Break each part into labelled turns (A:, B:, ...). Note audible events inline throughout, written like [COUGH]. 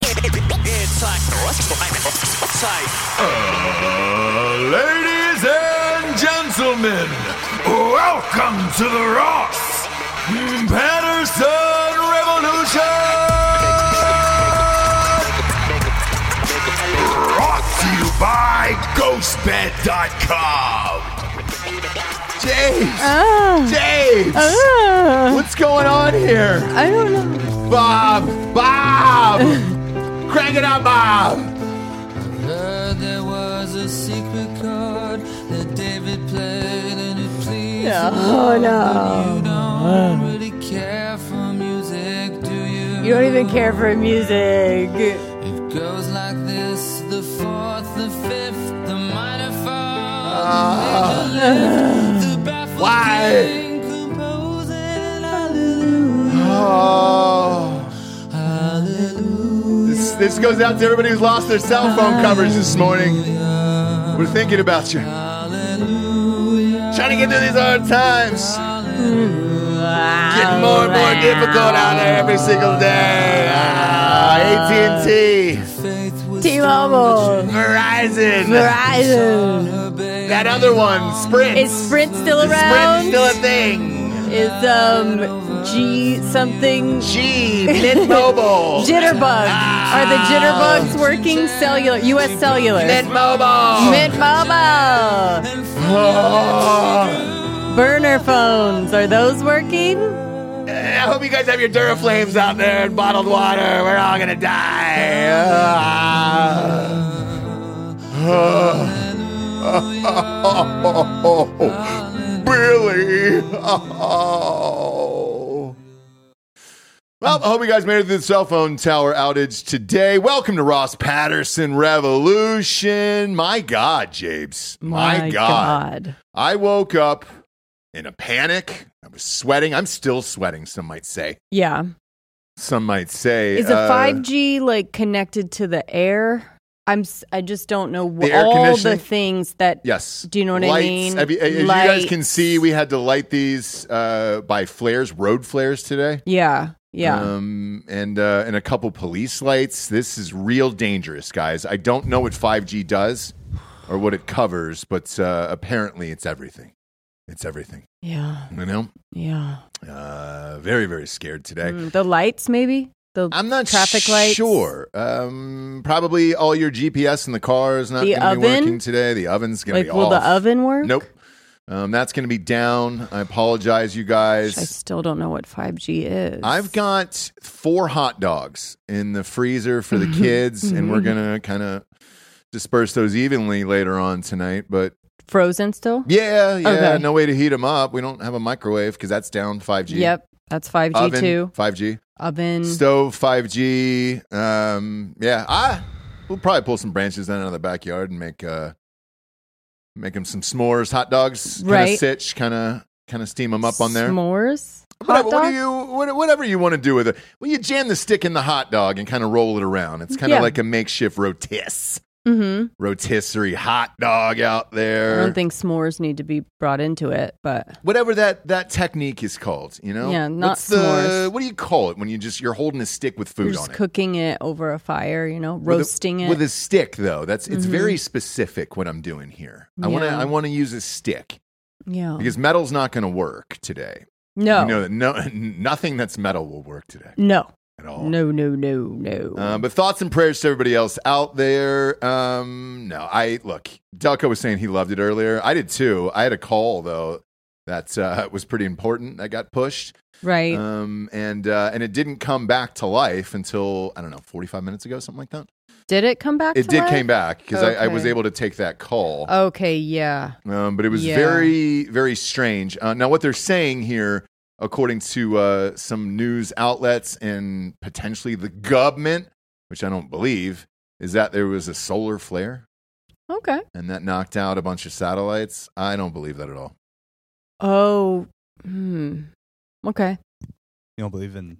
A: It's like type.
B: Ladies and gentlemen, welcome to the Ross Patterson Revolution! Brought to you by GhostBed.com.
C: Dave! Dave!
D: Oh.
C: What's going on here?
D: Ah, I don't know.
C: Bob! Bob! Crank it up, Bob!
E: Heard there was a secret chord that David played and it pleased
D: Oh no.
E: you. Don't really care for music, do you?
D: You don't even care for music.
E: It goes like this: the fourth, the fifth, the minor fall,
B: Uh,
E: the major lift, the baffled
C: Why?
E: king composing. Hallelujah,
C: Oh.
E: hallelujah.
C: This, this goes out to everybody who's lost their cell phone coverage this morning. We're thinking about you. Trying to get through these hard times. Getting more and more difficult out there every single day. Ah, AT&T,
E: Faith was
D: T-Mobile,
C: Verizon,
D: Verizon.
C: that other one, Sprint.
D: Is Sprint still
C: Is
D: around?
C: Sprint still a thing.
D: Is um G something
C: G, Mint
D: [LAUGHS]
C: Mobile,
D: jitterbug? Are the jitterbugs working? Cellular, U.S. Cellular,
C: Mint Mobile.
D: Mint Mobile,
C: Oh.
D: burner phones. Are those working?
C: I hope you guys have your Duraflames out there and bottled water. We're all gonna die. [LAUGHS] Billy. Oh. [LAUGHS] Well, I hope you guys made it through the cell phone tower outage today. Welcome to Ross Patterson Revolution. My God, Jabes. My, God. I woke up in a panic. I was sweating. I'm still sweating, some might say.
D: Yeah.
C: Some might say.
D: Is it
C: uh,
D: 5G like connected to the air? I'm s- I just don't know wh-
C: The air
D: all the
C: conditioning?
D: things that
C: Yes.
D: Do you know what I
C: Lights.
D: mean?
C: Have you- as you guys can
D: Lights.
C: see, we had to light these uh, by flares, road flares today.
D: Yeah. Yeah.
C: Um, and uh, and a couple police lights. This is real dangerous, guys. I don't know what 5G does or what it covers, but uh, apparently it's everything. It's everything.
D: yeah.
C: You know,
D: Yeah.
C: uh, very very scared today.
D: Mm, the lights maybe? The
C: I'm not
D: traffic lights.
C: Sure. Um, probably all your GPS in the car is not
D: The
C: going to be
D: oven?
C: working today. The oven's going
D: Like
C: to be
D: will
C: off.
D: the oven work?
C: Nope. Um, that's going to be down. I apologize, you
D: I
C: guys.
D: still don't know what 5G is.
C: I've got four hot dogs in the freezer for
D: Mm-hmm.
C: the kids, and we're going to kind of disperse those evenly later on tonight. But
D: frozen still?
C: yeah, yeah,
D: Okay.
C: no way to heat them up. We don't have a microwave because that's down 5G.
D: Yep. That's 5G
C: Oven,
D: too.
C: 5G.
D: Oven.
C: Stove, 5G. Um, yeah, I, we'll probably pull some branches down out of the backyard and make uh, make them some s'mores, hot dogs, kind
D: Right.
C: of sitch, kind of kind of steam them up on there.
D: S'mores? Hot
C: Whatever, what do
D: dog?
C: you what, whatever you want to do with it. Well, you jam the stick in the hot dog and kind of roll it around. It's kind of
D: Yeah.
C: like a makeshift rotis
D: Mm-hmm.
C: rotisserie hot dog out
D: I
C: there.
D: don't think s'mores need to be brought into it, but
C: whatever that that technique is called, you know.
D: Yeah, not
C: What's the-
D: s'mores.
C: What do you call it when you just you're holding a stick with
D: you're
C: food on
D: just
C: it?
D: cooking it over a fire, you know,
C: With a-
D: roasting it. Mm-hmm.
C: with a stick though. That's it's very specific what I'm doing here. I want to
D: Yeah.
C: I want to use a stick
D: yeah.
C: because metal's not going to work today.
D: no.
C: You know that no [LAUGHS] nothing that's metal will work today
D: no.
C: at all.
D: No, no, no, no.
C: Oh. Um, but thoughts and prayers to everybody else out there. Um, no, I look. Delco was saying he loved it earlier. I did too. I had a call though that uh, [LAUGHS] was pretty important that got pushed,
D: right.
C: um, and uh, and it didn't come back to life until I don't know, forty five minutes ago, something like that.
D: did it come back?
C: It
D: to
C: did
D: life?
C: came back because I, I was
D: Okay.
C: able to take that call.
D: Okay, yeah.
C: Um, but it was
D: Yeah.
C: very, very strange. Uh, now, what they're saying here, according to uh, some news outlets and potentially the government, which I don't believe, is that there was a solar flare
D: Okay.
C: and that knocked out a bunch of satellites. I don't believe that at
D: [LAUGHS]
C: all.
D: Oh. Hmm. Okay.
F: You don't believe in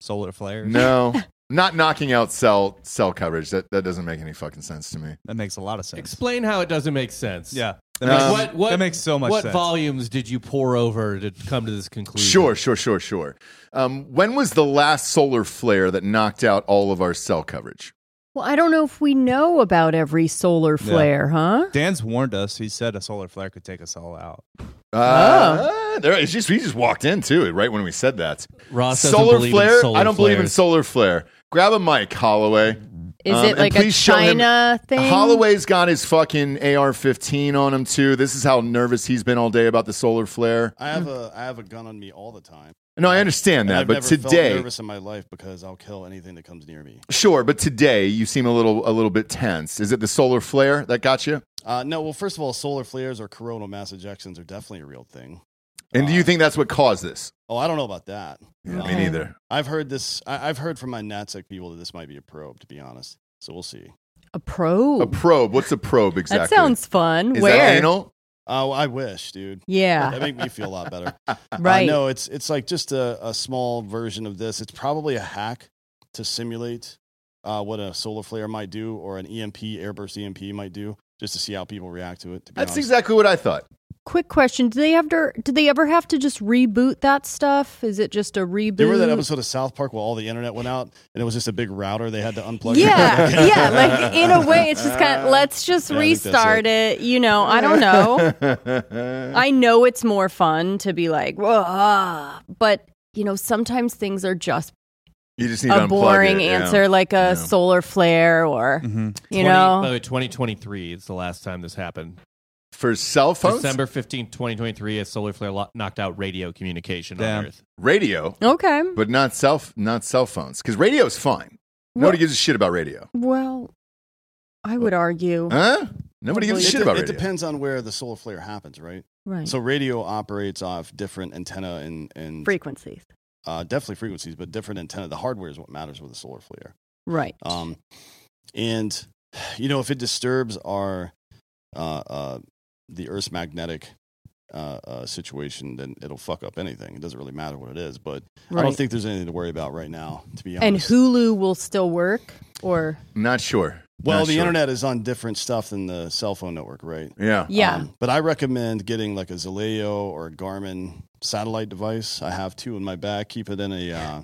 F: solar flares?
C: No, not knocking out cell cell coverage. That that doesn't make any fucking sense to me.
F: That makes a lot of sense.
G: Explain how it doesn't make sense.
F: yeah.
C: Um,
F: That, makes,
G: What, what,
F: that makes so much
G: what
F: sense.
G: volumes did you pour over to come to this conclusion?
C: Sure, sure, sure, sure. Um, when was the last solar flare that knocked out all of our cell coverage?
D: Well, I don't know if we know about every solar flare, huh?
F: Dan's warned us. He said a solar flare could take us all out.
C: Uh, there, it's just, we just walked in too, right when we said that.
G: Ross doesn't
C: solar
G: believe in
C: flare?
G: solar
C: I don't believe in
G: flares.
C: solar flare. Grab a mic, Holloway.
D: Is
C: Um,
D: it
C: and
D: like a
C: please show him-
D: China thing?
C: Holloway's got his fucking AR-15 on him too. This is how nervous he's been all day about the solar flare.
H: I have a I have a gun on me all the time.
C: No, I understand
H: And
C: that,
H: I've
C: but
H: never felt
C: today,
H: nervous in my life because I'll kill anything that comes near me.
C: sure, but today you seem a little a little bit tense. Is it the solar flare that got you?
H: Uh, no, well, first of all, solar flares or coronal mass ejections are definitely a real thing.
C: And do you
H: Uh,
C: think that's what caused this?
H: Oh, I don't know about that.
C: Yeah,
D: Okay.
C: Me neither.
H: I've heard this. I, I've heard from my NatSec people that this might be a probe. To be honest, so we'll see.
D: a probe.
C: A probe. What's a probe exactly?
D: That sounds fun.
C: Is
D: Where?
C: that anal?
H: Oh, I wish, dude.
C: [LAUGHS]
D: Yeah.
H: That make me feel a
D: [LAUGHS]
H: lot better.
D: right.
H: Uh, no, it's it's like just a, a small version of this. It's probably a hack to simulate uh, what a solar flare might do or an EMP, airburst EMP might do, just to see how people react to it. To be
C: That's
H: honest.
C: exactly what I thought.
D: Quick question: Do they have to? Do they ever have to just reboot that stuff? Is it just a reboot?
H: Do you remember that episode of South Park where all the internet went out and it was just a big router they had to unplug? [LAUGHS]
D: Yeah, yeah. Like in a way, it's just kind of let's just
H: Yeah, I think that's
D: restart it. You know, I don't
C: [LAUGHS]
D: know. I know it's more fun to be like, "Whoa," but you know, sometimes things are just
C: You just need to
D: a
C: unplug
D: boring
C: it, yeah.
D: answer, like a
C: Yeah.
D: solar
C: [LAUGHS]
D: flare, or you
G: 20
D: know,
G: by the way, 2023 is the last time this happened.
C: For cell phones,
G: December 15, 2023, a solar flare lo- knocked out radio communication
F: Damn.
G: on Earth.
C: radio.
D: okay.
C: but not cell not cell phones because radio is fine. Nobody gives a shit about radio,
D: Well, I would argue,
C: huh? Nobody gives a
H: It,
C: shit
H: de-
C: about
H: it
C: radio.
H: depends on where the solar flare happens, right?
D: right?
H: So radio operates off different antenna and, and
D: Frequencies.
H: uh, definitely frequencies, but different antenna. The hardware is what matters with a solar flare.
D: Right.
H: Um, and you know, if it disturbs our uh, uh, the Earth's magnetic uh, uh, situation, then it'll fuck up anything. It doesn't really matter what it is, but I don't
D: Right.
H: think there's anything to worry about right now. To be honest,
D: and Hulu will still work or
C: Not sure.
H: well,
C: Not
H: the
C: sure.
H: internet is on different stuff than the cell phone network, right?
C: Yeah.
D: yeah.
H: Um, but I recommend getting like a Zaleo or a Garmin satellite device. I have two in my bag. Keep it in a uh,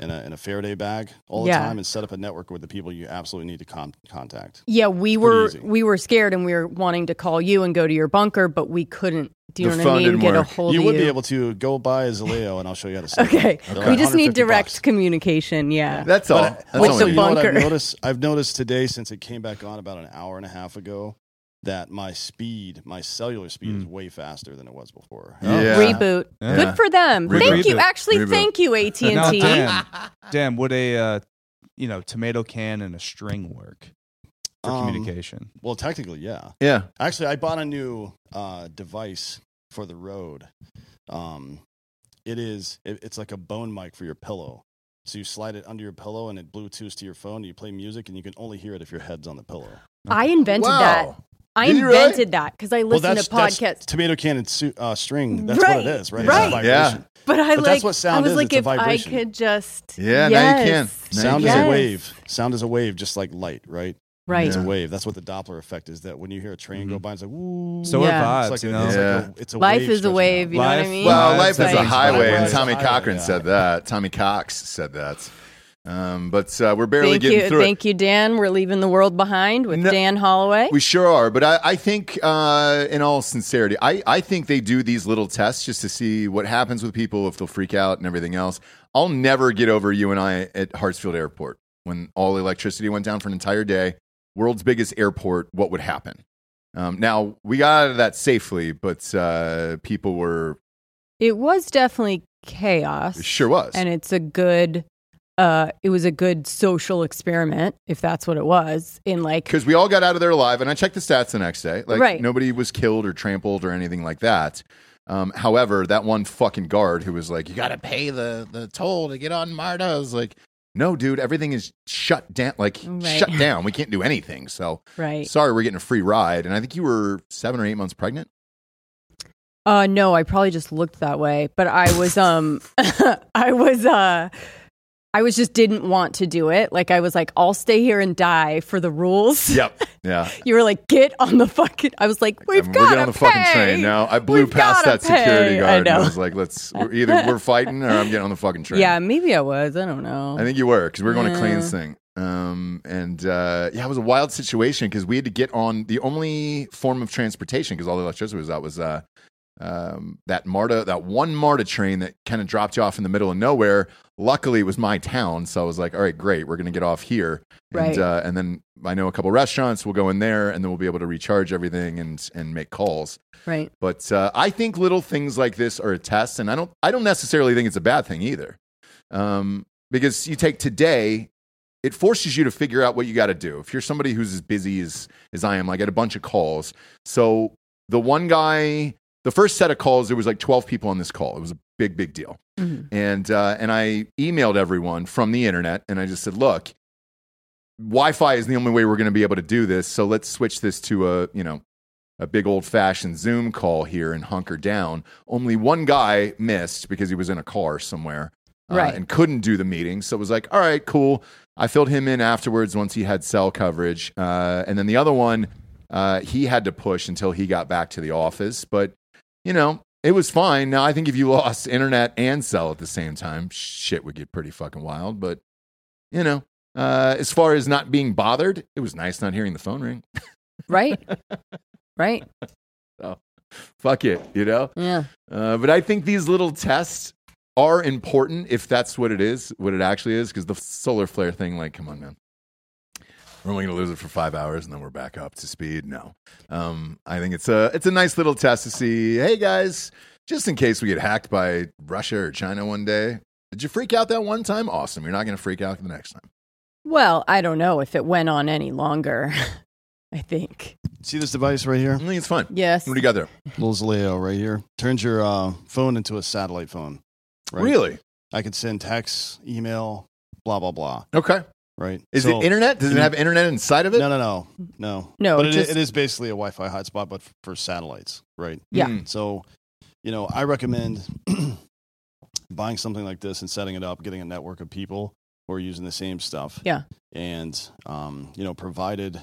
H: in a in a Faraday bag all the
D: Yeah.
H: time, and set up a network with the people you absolutely need to con- contact.
D: yeah, we
H: pretty
D: were
H: easy.
D: we were scared and we were wanting to call you and go to your bunker, but we couldn't. Do you
C: The
D: know what
C: phone
D: I mean?
C: didn't
D: Get a
C: work.
D: hold
H: you
D: of
H: would
D: you. [LAUGHS]
H: be able to go buy a Zaleo, and I'll show you how to. set it
D: uh, okay.
H: up. They're
D: We
H: like
D: just need
H: 150
D: direct
H: bucks.
D: communication. Yeah.
C: That's all. That's
D: With
C: all
D: the
C: we need.
H: you know what I've
D: bunker.
H: noticed, I've noticed today since it came back on about an hour and a half ago that my speed, my cellular speed, is way faster than it was before.
D: Oh,
C: Yeah.
D: Reboot.
F: Yeah.
C: Yeah.
D: Good for them.
C: Reboot.
D: Thank you.
F: Reboot.
D: Actually,
C: Reboot.
D: thank you, AT
F: Now,
C: [LAUGHS]
D: and T.
H: [LAUGHS]
F: damn, damn, would a uh, you know tomato can and a string work for
H: Um,
F: communication?
H: Well, technically, yeah.
C: Yeah.
H: Actually, I bought a new uh, device for the road. Um, it is it, it's like a bone mic for your pillow. So you slide it under your pillow and it Bluetooths to your phone. You play music and you can only hear it if your head's on the pillow.
D: I invented
C: wow.
D: that. I
C: Did you really?
D: invented that because I listen to
H: That's
D: podcasts.
H: tomato can and su- uh, string. That's what
D: Right,
H: it is, right?
D: right.
H: It's a
C: Yeah.
H: vibration.
D: But I
H: but
D: like.
H: that's what sound
D: I was
H: is,
D: like,
H: it's a
D: if I
H: vibration.
D: could just.
C: Yeah, now you can.
D: Yes.
C: Now you can.
H: Sound is
D: Yes.
H: a wave. Sound is a wave, just like light, right?
D: Right.
H: It's a wave. That's what the Doppler effect is. That when you hear a train go by, it's like woo.
F: So
D: Yeah.
F: are vibes,
H: it's like
F: you
H: a,
F: know.
H: it's
C: Yeah.
H: like a, it's a
D: Life
H: wave
D: is a
H: stretching
D: wave.
H: out.
D: You know what I
F: Life-
D: mean?
F: Well,
C: Well, life is a
F: like-
C: highway, and
H: Life is a
C: Tommy
H: highway,
C: Cochran
H: yeah.
C: said that. Tommy Cox said that. Um, but uh, we're barely
D: thank
C: getting
D: you,
C: through it.
D: thank you, Dan. We're leaving the world behind with
C: No-
D: Dan Holloway.
C: We sure are. But I, I think, uh, in all sincerity, I, I think they do these little tests just to see what happens with people, if they'll freak out and everything else. I'll never get over you and I at Hartsfield Airport when all the electricity went down for an entire day. World's biggest airport, what would happen? Um, now, we got out of that safely, but uh, people were,
D: it was definitely chaos,
C: it sure was.
D: and it's a good. Uh, it was a good social experiment, if that's what it was. In like,
C: because we all got out of there alive and i checked the stats the next day like
D: Right.
C: nobody was killed or trampled or anything like that um, however that one fucking guard who was like you gotta pay the, the toll to get on marta I was like no dude everything is shut down like
D: Right.
C: shut down we can't do anything so
D: right?
C: sorry we're getting a free ride and i think you were seven or eight months
D: [LAUGHS]
C: pregnant
D: Uh, no, I probably just looked that way, but I was, um, [LAUGHS] I was, uh, I was just didn't want to do it. Like, I was like, I'll stay here and die for the rules.
C: yep yeah
D: [LAUGHS] You were like, get on the fucking. I was like, we've
C: And
D: got
C: we're getting on the fucking train now i blew
D: We've
C: past
D: gotta
C: that security
D: pay.
C: guard
D: I
C: and i
D: know.
C: was like let's we're either we're fighting or i'm getting on the
D: [LAUGHS]
C: fucking train
D: Yeah, maybe I was. I don't know.
C: I think you were because we were going to
D: Yeah.
C: Clean's thing. Um, and uh, yeah, it was a wild situation because we had to get on the only form of transportation because all the electricity was out was uh, um, that MARTA, that one MARTA train that kind of dropped you off in the middle of nowhere. Luckily, it was my town, so I was like, all right, great, we're going to get off here. And,
D: Right.
C: uh, and then I know a couple restaurants. We'll go in there, and then we'll be able to recharge everything and and make calls.
D: [LAUGHS] right.
C: But uh, I think little things like this are a test, and I don't, I don't necessarily think it's a bad thing either, um, because you take today, it forces you to figure out what you got to do. If you're somebody who's as busy as as I am, like I had a bunch of calls. So the one guy, the first set of calls, there was like 12 people on this call. It was a big, big deal, and uh, and I emailed everyone from the internet, and I just said, look. Wi-Fi is the only way we're going to be able to do this, so let's switch this to a you know a big old fashioned Zoom call here and hunker down. Only one guy missed because he was in a car somewhere uh,
D: Right.
C: and couldn't do the meeting. So it was like, all right, cool. I filled him in afterwards once he had cell coverage. Uh, and then the other one, uh, he had to push until he got back to the office. But, you know, it was fine. Now, I think if you [LAUGHS] lost internet and cell at the same time, shit would get pretty fucking wild. But, you know, uh, as far as not being bothered, it was nice not hearing the phone ring.
D: Right. right.
C: Fuck it, you know?
D: Yeah.
C: Uh, but I think these little tests are important if that's what it is, what it actually is, because the solar flare thing, like, come on, man. We're only going to lose it for five hours and then we're back up to speed. No. Um, I think it's a, it's a nice little test to see, hey guys, just in case we get hacked by Russia or China one day, did you freak out that one time? Awesome. You're not going to freak out the next time.
D: Well, I don't know if it went on any longer. [LAUGHS] I think.
H: See this device right here,
C: I think it's fun.
D: Yes.
C: What do you got there?
H: little Zaleo right here. Turns your uh, phone into a satellite phone. Right?
C: Really?
H: I can send text, email, blah blah blah.
C: Okay.
H: Right?
C: Is
H: So-
C: it internet? Does it have internet inside of it?
H: No, no, no, no,
D: No,
H: But it,
D: just-
H: it is basically a Wi-Fi hotspot, but f- for satellites, right?
D: Yeah.
C: Mm.
H: So, you know, I recommend [CLEARS THROAT] buying something like this and setting it up, getting a network of people who are using the same stuff.
D: Yeah.
H: And, um, you know, provided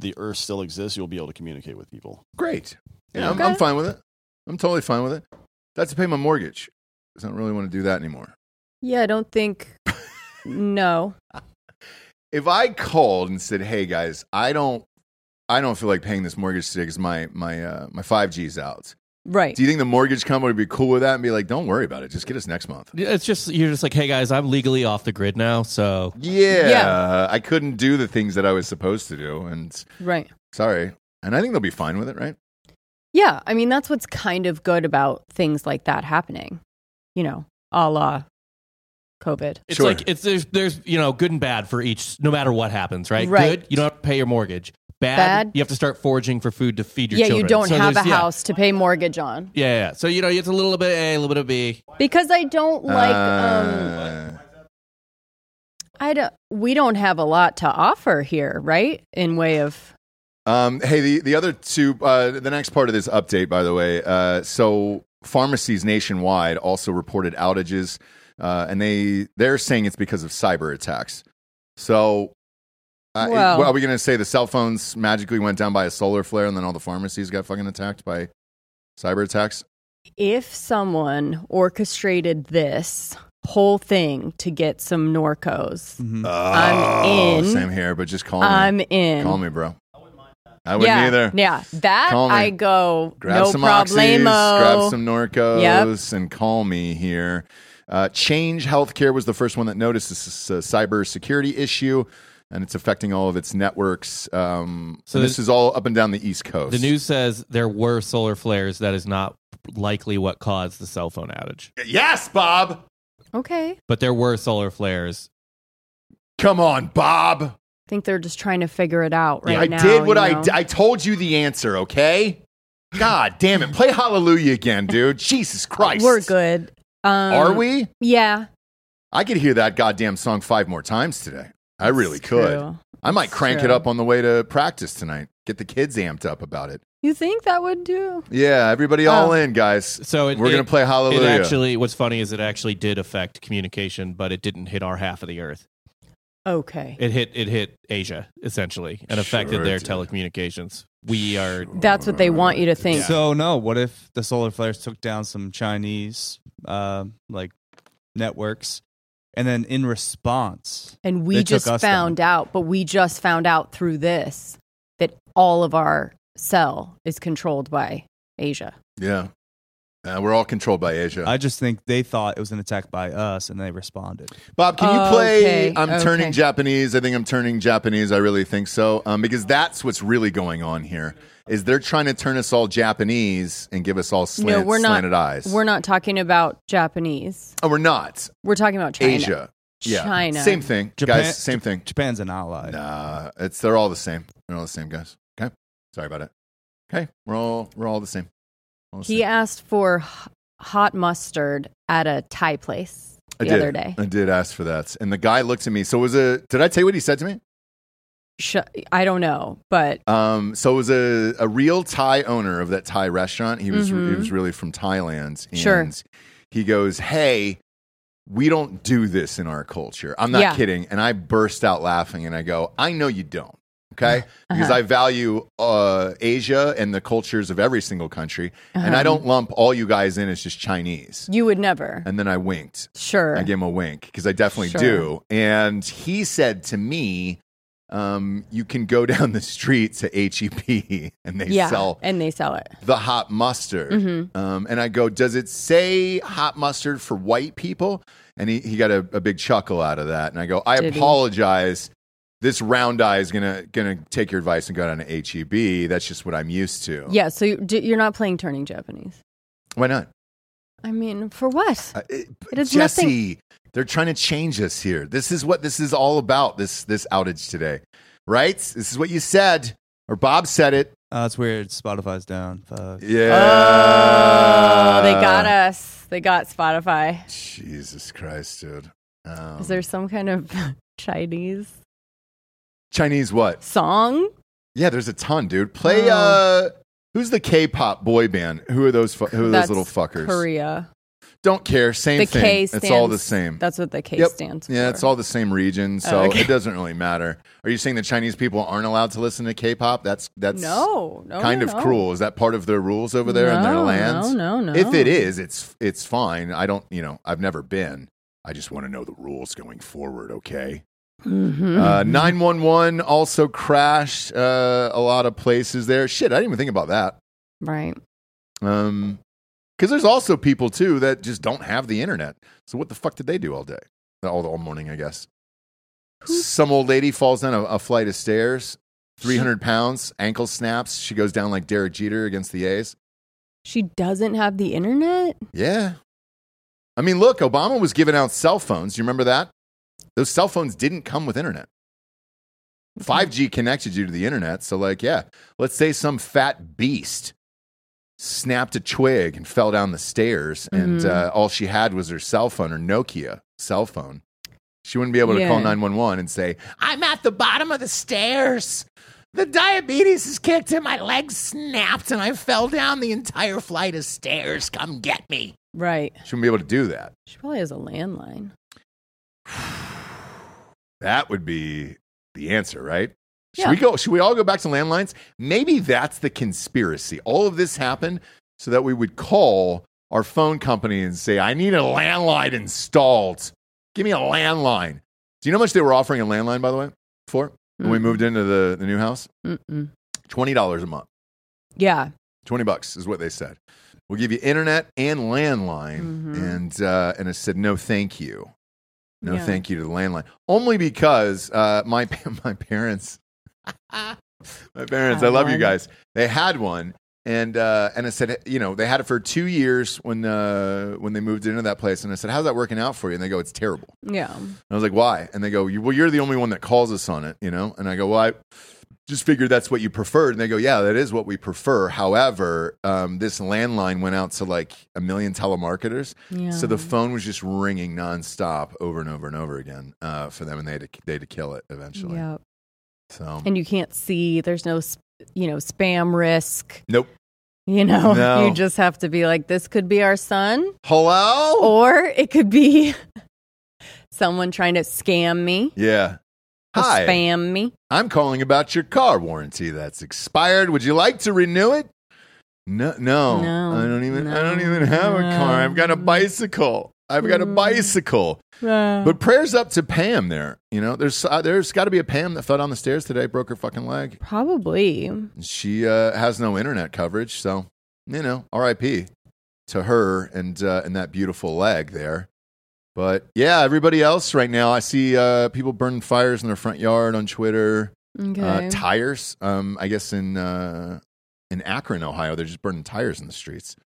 H: the Earth still exists, you'll be able to communicate with people.
C: Great. Yeah, I'm,
D: Okay.
C: I'm fine with it. I'm totally fine with it. That's to pay my mortgage. 'cause I don't really want to do that anymore.
D: Yeah, I don't
C: [LAUGHS]
D: think. no.
C: If I called and said, "Hey guys, I don't, I don't feel like paying this mortgage today because my my uh, my five G's out."
D: Right.
C: Do you think the mortgage company would be cool with that and be like, "Don't worry about it. Just get us next month."
G: It's just you're just like, hey guys, I'm legally off the grid now, so
C: Yeah,
D: Yeah.
C: I couldn't do the things that I was supposed to do, and
D: right.
C: sorry. And I think they'll be fine with it, right?
D: Yeah. I mean, that's what's kind of good about things like that happening, you know, a la COVID.
G: it's
C: Sure.
G: like it's there's there's you know good and bad for each, no matter what happens, right?
D: Right.
G: Good, you don't have to pay your mortgage. Bad,
D: Bad.
G: you have to start foraging for food to feed your
D: yeah,
G: children.
D: you don't
G: So
D: have a
G: there's- yeah.
D: house to pay mortgage on
G: Yeah, yeah. So you know, it's a little bit of A, a little bit of B.
D: because I don't like. um,
C: Uh,
D: I don't. We don't have a lot to offer here, right? In way of
C: Um, hey, the, the other two, uh, the next part of this update, by the way. Uh, so pharmacies nationwide also reported outages, uh, and they they're saying it's because of cyber attacks. So, uh,
D: Well-
C: are we going to say the cell phones magically went down by a solar flare, and then all the pharmacies got fucking attacked by cyber attacks?
D: if someone orchestrated this whole thing to get some Norcos, I'm in.
C: Same here, but just Oh, call
D: I'm
C: me.
D: in.
C: Call me, bro. I wouldn't
D: yeah,
C: either.
D: Yeah, that
C: Call me.
D: I go
C: grab
D: no
C: some oxys,
D: problemo.
C: grab some Norcos, and call me here. Uh, Change Healthcare was the first one that noticed this is a cybersecurity issue, and it's affecting all of its networks. Um,
G: So
C: so this
G: the-
C: is all up and down the East Coast.
G: The news says there were solar flares. That is not likely what caused the cell phone outage,
C: yes, Bob.
D: Okay,
G: but there were solar flares.
C: Come on, Bob.
D: I think they're just trying to figure it out right
C: I
D: now.
C: did what
D: you
C: I
D: know?
C: d- I told you the answer. Okay. God damn it! Play Hallelujah again,
D: [LAUGHS]
C: dude. Jesus Christ.
D: We're good. Um,
C: Are we?
D: Yeah,
C: I could hear that goddamn song five more times today. I really
D: it's
C: could.
D: true.
C: I might
D: It's
C: crank it
D: true.
C: up on the way to practice tonight. Get the kids amped up about it.
D: You think that would do?
C: Yeah, everybody
D: Oh.
C: all in, guys.
G: So it,
C: We're gonna
G: it-
C: play Hallelujah.
G: It actually, what's funny is it actually did affect communication, but it didn't hit our half of the earth.
D: Okay,
G: It hit it hit Asia essentially and affected
C: Sure it
G: their
C: did.
G: telecommunications. We are
D: that's what they want you to think.
F: So no, what if the solar flares took down some Chinese uh, like networks, and then in response,
D: And we
F: They took
D: just
F: us
D: found out, but we just found out through this that all of our cell is controlled by Asia.
C: yeah, Uh, we're all controlled by Asia.
F: I just think they thought it was an attack by us, and they responded.
C: Bob, can you play?
D: Okay,
C: I'm turning
D: okay.
C: Japanese. I think I'm turning Japanese. I really think so, um, because that's what's really going on here. Is they're trying to turn us all Japanese and give us all slant,
D: no, we're not.
C: slanted eyes.
D: We're not talking about Japanese.
C: Oh, we're not.
D: We're talking about China.
C: Asia. Yeah.
D: China.
C: Same thing,
F: Japan-
C: guys. Same thing.
F: Japan's an ally.
C: Nah, it's they're all the same. They're all the same, guys. Okay, sorry about it. Okay, we're all we're all the same. All the
D: He
C: same.
D: asked for h- hot mustard at a Thai place
C: I
D: the
C: did.
D: other day.
C: I did ask for that, and the guy looked at me. So it was a. Did I tell you what he said to me?
D: Sh- I don't know, but
C: Um, so it was a, a real Thai owner of that Thai restaurant. He was he
D: Mhm.
C: was really from Thailand. And
D: Sure.
C: He goes, "Hey, we don't do this in our culture." I'm not
D: Yeah.
C: kidding. And I burst out laughing, and I go, "I know you don't."
D: Uh-huh.
C: Okay, because I value uh, Asia and the cultures of every single country, and
D: Uh-huh.
C: I don't lump all you guys in as just Chinese.
D: you would never.
C: And then I winked,
D: Sure.
C: I gave him a wink because I definitely
D: Sure.
C: do. And he said to me, um, "You can go [LAUGHS] down the street to HEB [LAUGHS] and they
D: yeah.
C: sell
D: And they sell it. Mm-hmm.
C: the hot mustard." Um, and I go, "Does it say hot mustard for white people?" And he, he got a, a big chuckle out of that. And I go, "I
D: Did he?
C: apologize." This round eye is gonna gonna take your advice and go down to HEB. That's just what I'm used to.
D: Yeah. So you- d- you're not playing turning Japanese.
C: Why not?
D: I mean, for what?
C: Uh, it,
D: It is
C: Jesse,
D: nothing-
C: they're trying to change us here. This is what this is all about. This this outage today, right? This is what you said, or Bob said it.
F: Oh, it's weird. Spotify's down. Fuck.
C: Yeah. Uh,
D: oh, they got us. They got Spotify.
C: Jesus Christ, dude. Um,
D: Is there some kind of [LAUGHS] Chinese
C: Chinese what?
D: song?
C: Yeah, there's a ton, dude.
D: Oh.
C: Play. uh Who's the K-pop boy band? Who are those? Fu- who are
D: That's
C: those little fuckers?
D: Korea.
C: Don't care. Same
D: The
C: thing.
D: K
C: it's
D: stands.
C: all the same.
D: That's what the K
C: Yep.
D: stands for.
C: yeah, it's all the same region, so
D: Oh, okay.
C: it doesn't really matter. Are you saying the Chinese people aren't allowed to listen to K-pop? That's that's
D: no, no,
C: kind
D: no,
C: of
D: no.
C: cruel. Is that part of their rules over there in their
D: No,
C: lands?
D: no, no, no.
C: If it is, it's it's fine. I don't, you know, I've never been. I just want to know the rules going forward. Okay.
D: Mm-hmm.
C: Uh, Nine one one also crashed uh, a lot of places there. Shit, I didn't even think about that.
D: Right.
C: Um, because there's also people too that just don't have the internet. So what the fuck did they do all day, all all morning? I guess. Some old lady falls down a, a flight of stairs, three hundred pounds, ankle snaps. She goes down like Derek Jeter against the A's.
D: She doesn't have the internet?
C: Yeah, I mean, look, Obama was giving out cell phones. You remember that? Those cell phones didn't come with internet. 5G connected you to the internet. So, like, yeah, let's say some fat beast snapped a twig and fell down the stairs, and uh, all she had was her cell phone, her Nokia cell phone. She wouldn't be able to call
D: Yeah.
C: 911 and say, I'm at the bottom of the stairs. The diabetes has kicked in. My legs snapped, and I fell down the entire flight of stairs. Come get me.
D: Right.
C: She wouldn't be able to do that.
D: She probably has a landline.
C: That would be the answer, right? Should
D: Yeah.
C: we go? Should we all go back to landlines? Maybe that's the conspiracy. All of this happened so that we would call our phone company and say, "I need a landline installed. Give me a landline." Do you know how much they were offering a landline, by the way, for when
D: Hmm.
C: we moved into the, the new house?
D: Mm-mm.
C: Twenty dollars a month.
D: Yeah.
C: 20 bucks is what they said. We'll give you internet and landline. And, uh, and I said, no, thank you. No,
D: Yeah.
C: thank you to the landline. Only because uh, my, [LAUGHS] pa- my parents, my parents, I
D: Had
C: love you
D: one.
C: guys. They had one. And, uh, and I said, you know, they had it for two years when, uh, when they moved into that place. And I said, how's that working out for you? And they go, it's terrible.
D: Yeah.
C: And I was like, why? And they go, you- well, you're the only one that calls us on it, you know? And I go, well, I just figured that's what you preferred. And they go, yeah, that is what we prefer. However, um, this landline went out to like a million telemarketers.
D: Yeah.
C: So the phone was just ringing nonstop over and over and over again uh, for them. And they had, to, they had to kill it eventually.
D: Yeah.
C: So,
D: And you can't see. There's no, sp- you know, spam risk.
C: nope.
D: You know, [LAUGHS]
C: No.
D: you just have to be like, this could be our son,
C: Hello?
D: or it could be [LAUGHS] someone trying to scam me,
C: Yeah.
D: or
C: Hi.
D: spam me.
C: I'm calling about your car warranty that's expired. Would you like to renew it? No, no,
D: No,
C: I don't even. I don't
D: no,
C: even have a car. I've got a
D: no.
C: bicycle. I've got a
D: Mm. Oh.
C: bicycle. But prayers up to Pam there. You know, there's uh, there's got to be a Pam that fell down the stairs today, broke her fucking leg.
D: Probably.
C: She uh, has no internet coverage, so you know, R.I.P. to her and uh, and that beautiful leg there. But yeah, everybody else right now, I see uh, people burning fires in their front yard on Twitter
D: Okay.
C: uh, tires. Um, I guess in uh, in Akron, Ohio, they're just burning tires in the streets.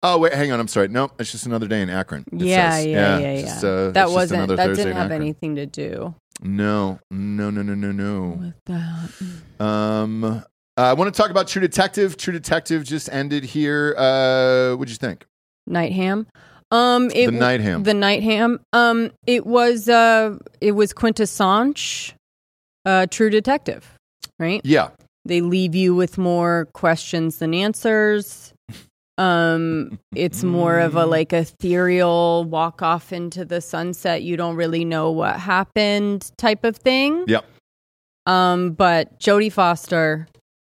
C: Oh wait, hang on. I'm sorry. No, it's just another day in Akron. it
D: yeah,
C: says.
D: yeah, yeah, yeah,
C: it's just, uh, it's
D: that
C: just
D: wasn't.
C: another
D: That
C: Thursday
D: didn't
C: in
D: have
C: Akron.
D: anything to do
C: No, no, no, no, no, no.
D: with that.
C: Um, uh, I want to talk about True Detective. True Detective just ended here. Uh, what'd you think?
D: Night ham. Um, it
C: the
D: w-
C: night ham.
D: The night ham. Um, it was. Uh, it was quintessence. Uh, True Detective. Right.
C: yeah,
D: They leave you with more questions than answers. Um, it's more of a like ethereal walk off into the sunset. You don't really know what happened type of thing.
C: Yep.
D: Um, but Jodie Foster,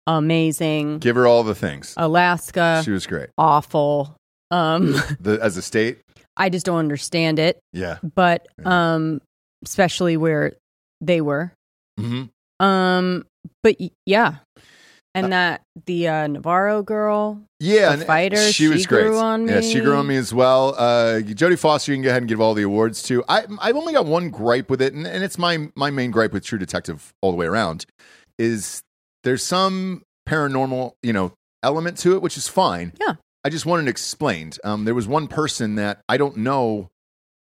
D: amazing.
C: give her all the things.
D: Alaska,
C: she was great.
D: awful. Um, [LAUGHS]
C: The, as a state,
D: I just don't understand it,
C: yeah.
D: but um, especially where they were.
C: hmm
D: Um, but y- yeah, and that the uh, Navarro girl,
C: Yeah,
D: the
C: and uh,
D: fighter,
C: She was
D: she
C: great.
D: grew on
C: Yeah, she grew on me
D: me.
C: as well. Uh, Jodie Foster, you can go ahead and give all the awards to. I, I've only got one gripe with it, and, and it's my my main gripe with True Detective all the way around is there's some paranormal you know element to it, which is fine.
D: Yeah.
C: I just wanted it explained. Um, there was one person that I don't know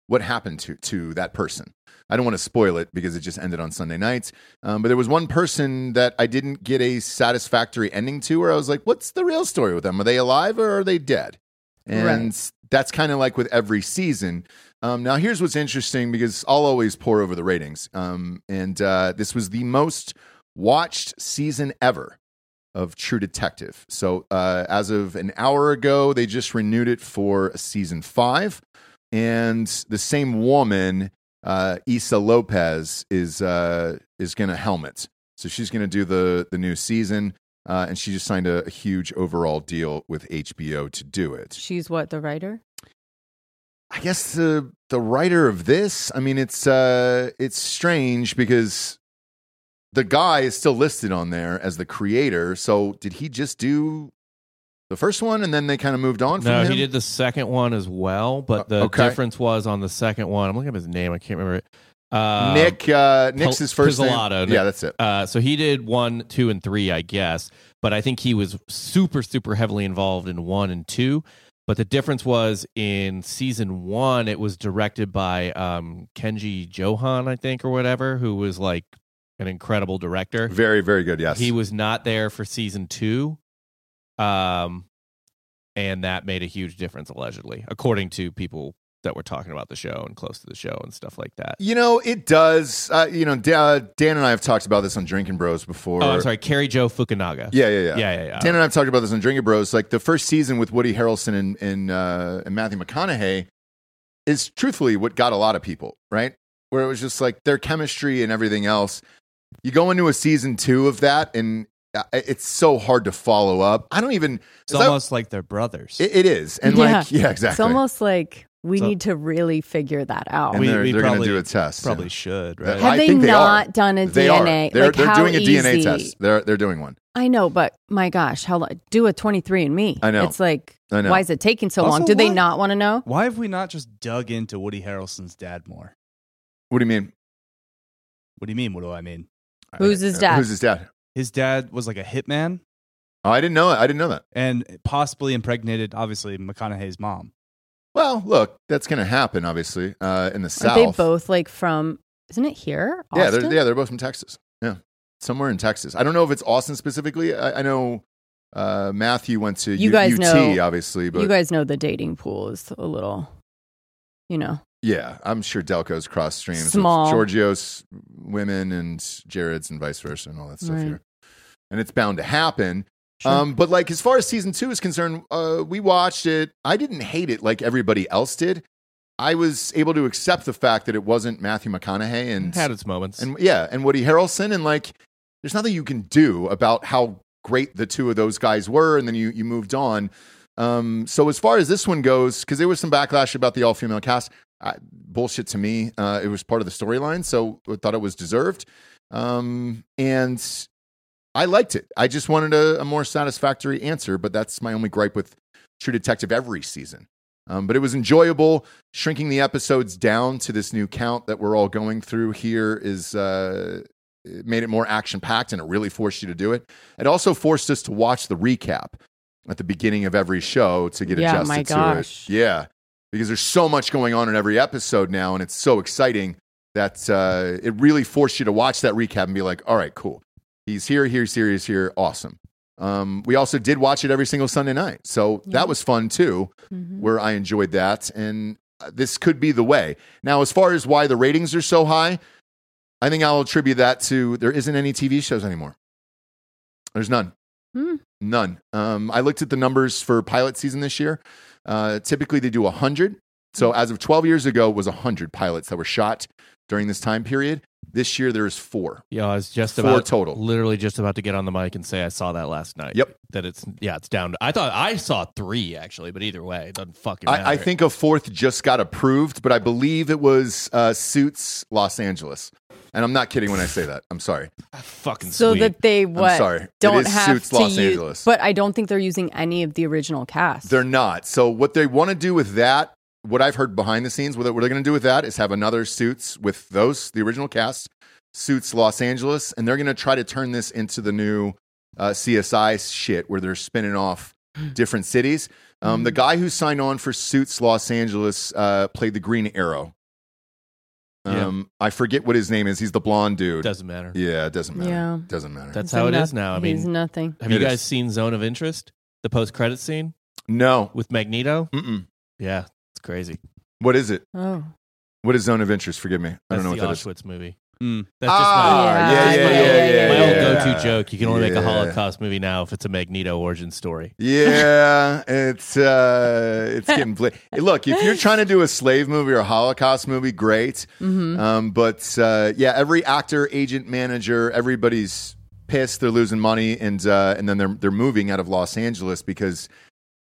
C: what happened to to that person. I don't want to spoil it because it just ended on Sunday nights. Um, but there was one person that I didn't get a satisfactory ending to, where I was like, "What's the real story with them? Are they alive or are they dead?" And that's kind of like with every season. Um, now, here's what's interesting because I'll always pour over the ratings. Um, and uh, this was the most watched season ever of True Detective. So, uh, as of an hour ago, they just renewed it for season five. And the same woman, uh, Issa Lopez, is uh, is going to helm it. So she's going to do the the new season, uh, and she just signed a, a huge overall deal with HBO to do it.
D: She's what the writer.
C: I guess the the writer of this, I mean, it's uh, it's strange because the guy is still listed on there as the creator. So did he just do the first one and then they kind of moved on from
G: No,
C: him?
G: he did the second one as well, but
C: Uh,
G: the
C: okay.
G: difference was on the second one. I'm looking up his name. I can't remember it. Uh,
C: Nick, uh, Nick's his first name.
G: Pizzolatto.
C: Yeah, that's it.
G: Uh, so he did one, two, and three, I guess. But I think he was super, super heavily involved in one and two. But the difference was in season one, it was directed by um, Kenji Johan, I think, or whatever, who was like an incredible director.
C: Very, very good. Yes.
G: He was not there for season two. Um, and that made a huge difference, allegedly, according to people that were talking about the show and close to the show and stuff like that.
C: you know, it does. Uh, you know, Da- Dan and I have talked about this on Drinking Bros before.
G: oh, I'm sorry, Carrie Joe Fukunaga.
C: Yeah, yeah, yeah.
G: yeah, yeah. yeah.
C: Dan and I've talked about this on Drinking Bros. Like the first season with Woody Harrelson and and, uh, and Matthew McConaughey is truthfully what got a lot of people right. Where it was just like their chemistry and everything else. You go into a season two of that, and uh, it's so hard to follow up. I don't even.
F: It's
C: is that-
F: almost like they're brothers.
C: it- it is, and
D: Yeah.
C: like yeah, exactly.
D: It's almost like we
F: So-
D: need to really figure that out.
C: and
F: We-
C: they're,
F: we
C: they're going to
F: probably-
C: do a test.
F: Probably
C: yeah.
F: should,
C: That-
F: right?
C: I
D: Have they
C: think they are.
D: not done a
C: They are.
D: DNA?
C: They're,
D: like,
C: they're
D: how
C: doing a DNA
D: easy-
C: test. They're they're doing one.
D: I know, but my gosh, how long? Do a 23andMe.
C: I know.
D: It's like,
C: I know.
D: why is it taking so
F: Also,
D: long? Do they
F: what?
D: not want to know?
F: Why have we not just dug into Woody Harrelson's dad more?
C: What do you mean?
F: What do you mean? What do I mean?
D: Who's his
C: Uh,
D: dad?
C: Who's his dad?
F: His dad was like a hitman
C: Oh, I didn't know. that. I didn't know that.
F: and possibly impregnated, obviously, McConaughey's mom.
C: Well, look, that's going to happen, obviously, uh, in the south.
D: Are they both like from? Isn't it here?
C: Yeah,
D: Austin?
C: they're yeah, they're both from Texas. Yeah, somewhere in Texas. I don't know if it's Austin specifically. I, I know uh, Matthew went to
D: You
C: U-
D: guys
C: UT,
D: know-
C: obviously, but
D: you guys know the dating pool is a little, you know,
C: yeah, I'm sure Delco's cross streams with
D: Small.
C: Giorgio's women and Jared's and vice versa and all that stuff
D: Right.
C: here, and it's bound to happen.
D: Sure.
C: Um, but like as far as season two is concerned, uh, we watched it. I didn't hate it like everybody else did. I was able to accept the fact that it wasn't Matthew McConaughey and
G: It had its moments.
C: and yeah, and Woody Harrelson, and like, there's nothing you can do about how great the two of those guys were, and then you you moved on. Um, so as far as this one goes, because there was some backlash about the all female cast, I, bullshit to me. Uh, it was part of the storyline, so I thought it was deserved, um, and I liked it. I just wanted a, a more satisfactory answer, but that's my only gripe with True Detective every season. Um, but it was enjoyable. Shrinking the episodes down to this new count that we're all going through here is uh, it made it more action packed, and it really forced you to do it. It also forced us to watch the recap at the beginning of every show to get
D: Yeah,
C: adjusted
D: my
C: to
D: gosh.
C: it. Yeah, because there's so much going on in every episode now, and it's so exciting that uh, it really forced you to watch that recap and be like, "All right, cool. He's here, here, he's here, he's here. Awesome." Um, we also did watch it every single Sunday night, so
D: Yeah.
C: that was fun too
D: Mhm.
C: where I enjoyed that. And uh, this could be the way. Now, as far as why the ratings are so high, I think I'll attribute that to there isn't any TV shows anymore. There's none.
D: Hmm.
C: None. Um, I looked at the numbers for pilot season this year. Uh, typically, they do 100. So, as of 12 years ago, it was 100 pilots that were shot during this time period. This year, there is four.
G: Yeah, I was just
C: Four
G: about
C: total.
G: Literally, just about to get on the mic and say I saw that last night.
C: Yep.
G: That it's yeah, it's down. To, I thought I saw three actually, but either way, it doesn't fucking matter.
C: I, I think a fourth just got approved, but I believe it was uh, Suits Los Angeles. And I'm not kidding when I say that. I'm sorry.
G: Ah, fucking
D: So
G: sweet.
D: that they what
C: sorry. It
D: don't
C: is
D: have
C: Suits
D: to
C: Los
D: use,
C: Angeles.
D: but I don't think they're using any of the original cast.
C: They're not. So what they want to do with that, what I've heard behind the scenes, what they're going to do with that is have another Suits with those the original cast, Suits Los Angeles, and they're going to try to turn this into the new uh, CSI shit where they're spinning off
G: Mm.
C: different cities. Um, The guy who signed on for Suits Los Angeles uh, played the Green Arrow
G: Yeah.
C: Um, I forget what his name is. He's the blonde dude.
G: Doesn't matter.
C: yeah, it doesn't matter.
D: Yeah.
C: Doesn't matter.
G: That's
D: He's
G: how it
D: a
G: is
D: noth-
G: now. I
D: he's
G: mean,
D: nothing.
G: have you
C: It is.
G: guys seen Zone of Interest? The post credit scene
C: no.
G: with Magneto?
C: Mm-mm.
G: Yeah, it's crazy.
C: What is it?
D: Oh,
C: What is Zone of Interest? Forgive me. I
G: That's
C: don't know what
G: the
C: that is.
G: Auschwitz movie.
F: Mm.
G: That's just my,
C: ah, yeah,
D: my-
C: yeah,
G: my,
C: yeah,
D: old-
C: yeah,
G: my
C: yeah.
G: old go to joke. You can only make
C: Yeah.
G: a Holocaust movie now if it's a Magneto origin story.
C: [LAUGHS] Yeah, it's uh, it's getting bla- Hey, look. If you're trying to do a slave movie or a Holocaust movie, great.
D: Mm-hmm.
C: Um, but uh, yeah, every actor, agent, manager, everybody's pissed. They're losing money, and uh, and then they're they're moving out of Los Angeles because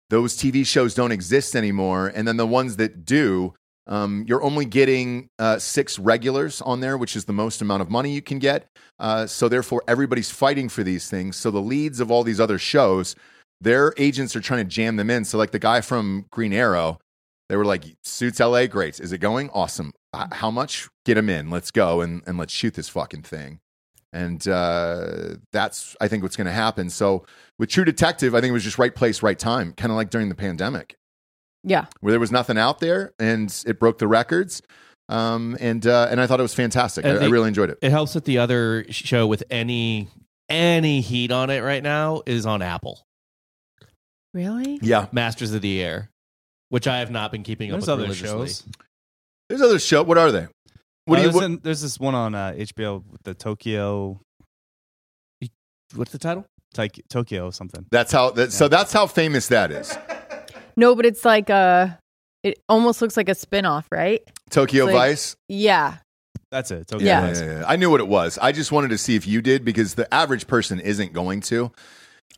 C: those TV shows don't exist anymore. And then the ones that do, um, you're only getting uh, six regulars on there, which is the most amount of money you can get. Uh, so therefore, everybody's fighting for these things. So the leads of all these other shows, their agents are trying to jam them in. So like the guy from Green Arrow, they were like, "Suits LA, great. Is it going? Awesome. H- How much? Get him in. Let's go and and let's shoot this fucking thing." And uh, that's I think what's going to happen. So with True Detective, I think it was just right place, right time, kind of like during the pandemic
D: yeah.
C: where there was nothing out there and it broke the records. Um, and uh, and I thought it was fantastic. I,
G: I
C: I
G: think-
C: really enjoyed it.
G: It helps that the other show with any any heat on it right now is on Apple.
D: Really?
C: Yeah,
G: Masters of the Air, which I have not been keeping
F: There's
G: up with
F: other
G: religiously.
F: shows.
C: there's other show. What are they? What do you?
F: Uh, there's,
C: What,
F: an- there's this one on uh, HBO, with the Tokyo,
G: What's the title?
F: Taik- Tokyo something.
C: that's how. That, So that's how famous that is.
D: No, but it's like a. It almost looks like a spin-off, right?
C: Tokyo
D: It's like-
C: Vice.
D: Yeah.
F: That's it. Tokyo.
D: Yeah.
F: Vice.
C: I knew what it was. I just wanted to see if you did because the average person isn't going to.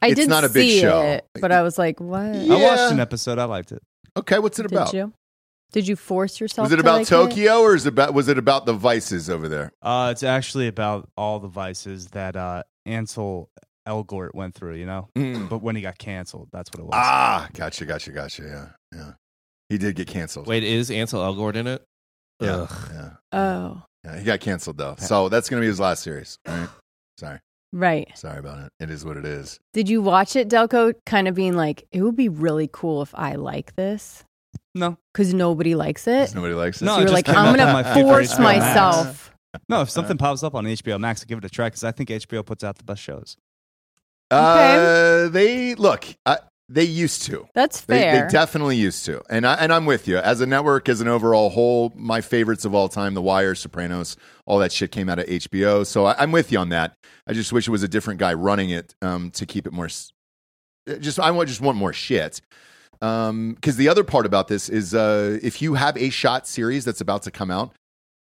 D: I
C: It's
D: did
C: not a big
D: see
C: show.
D: it, but I was like, "What
C: Yeah.
F: I watched an episode. I liked it.
C: Okay, what's it
D: did
C: about?
D: you? Did you force yourself?"
C: Was it
D: to
C: about
D: like
C: Tokyo or is it about was it about the vices over there?
F: Uh, it's actually about all the vices that uh, Ansel Elgort went through. You know, but when he got canceled, that's what it was.
C: Mm. Ah, gotcha, gotcha, gotcha. Yeah, yeah. He did get canceled.
G: Wait, is Ansel Elgort in it?
C: yeah,
G: Ugh.
C: yeah,
D: Oh,
C: yeah. He got canceled though, so that's gonna be his last series. All right. Sorry.
D: right.
C: Sorry about it. It is what it is.
D: Did you watch it, Delco? Kind of being like, "It would be really cool if I like this,"
F: no,
D: because nobody likes it.
C: Nobody likes it.
F: No,
D: so you're
F: just
D: Uh, like,
F: came
D: "I'm
F: up on my
D: gonna
F: favorite
D: force
F: HBO Max.
D: myself."
F: no. If something pops up on HBO Max, give it a try because I think HBO puts out the best shows.
C: Uh, they look. I, they used to.
D: That's
C: They,
D: fair.
C: they definitely used to. And I and I'm with you. As a network, as an overall whole, my favorites of all time, The Wire, Sopranos, all that shit came out of HBO. So I, I'm with you on that. I just wish it was a different guy running it um, to keep it more. s- uh, Just I want just want more shit. Um, because the other part about this is uh, if you have a shot series that's about to come out,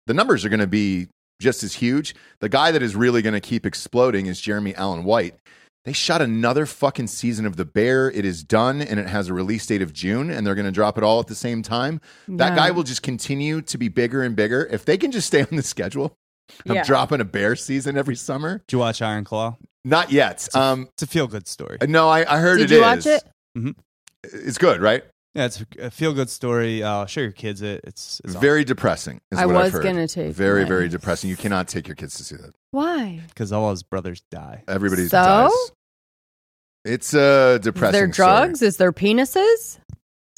C: the numbers are going to be just as huge. The guy that is really going to keep exploding is Jeremy Allen White. They shot another fucking season of The Bear. It is done and it has a release date of June and they're going to drop it all at the same time. That
D: Yeah.
C: guy will just continue to be bigger and bigger. If they can just stay on the schedule of
D: Yeah.
C: dropping a bear season every summer,
F: Did you watch Iron Claw?
C: not yet. Um,
F: It's a feel good story.
C: no, I, I heard
D: Did
C: it
D: you watch
C: is.
D: it?
F: Mhm.
C: It's good, right?
F: Yeah, it's a feel good story. Uh, show your kids it. It's, it's
C: Very depressing. Is
D: I
C: what
D: was
C: I've heard.
D: gonna take
C: very,
D: mine.
C: very depressing. You cannot take your kids to see that.
D: Why?
F: because all his brothers die.
C: Everybody's
D: So?
C: dies. It's a
D: Is
C: depressing.
D: there
C: story.
D: drugs? Is there penises? Is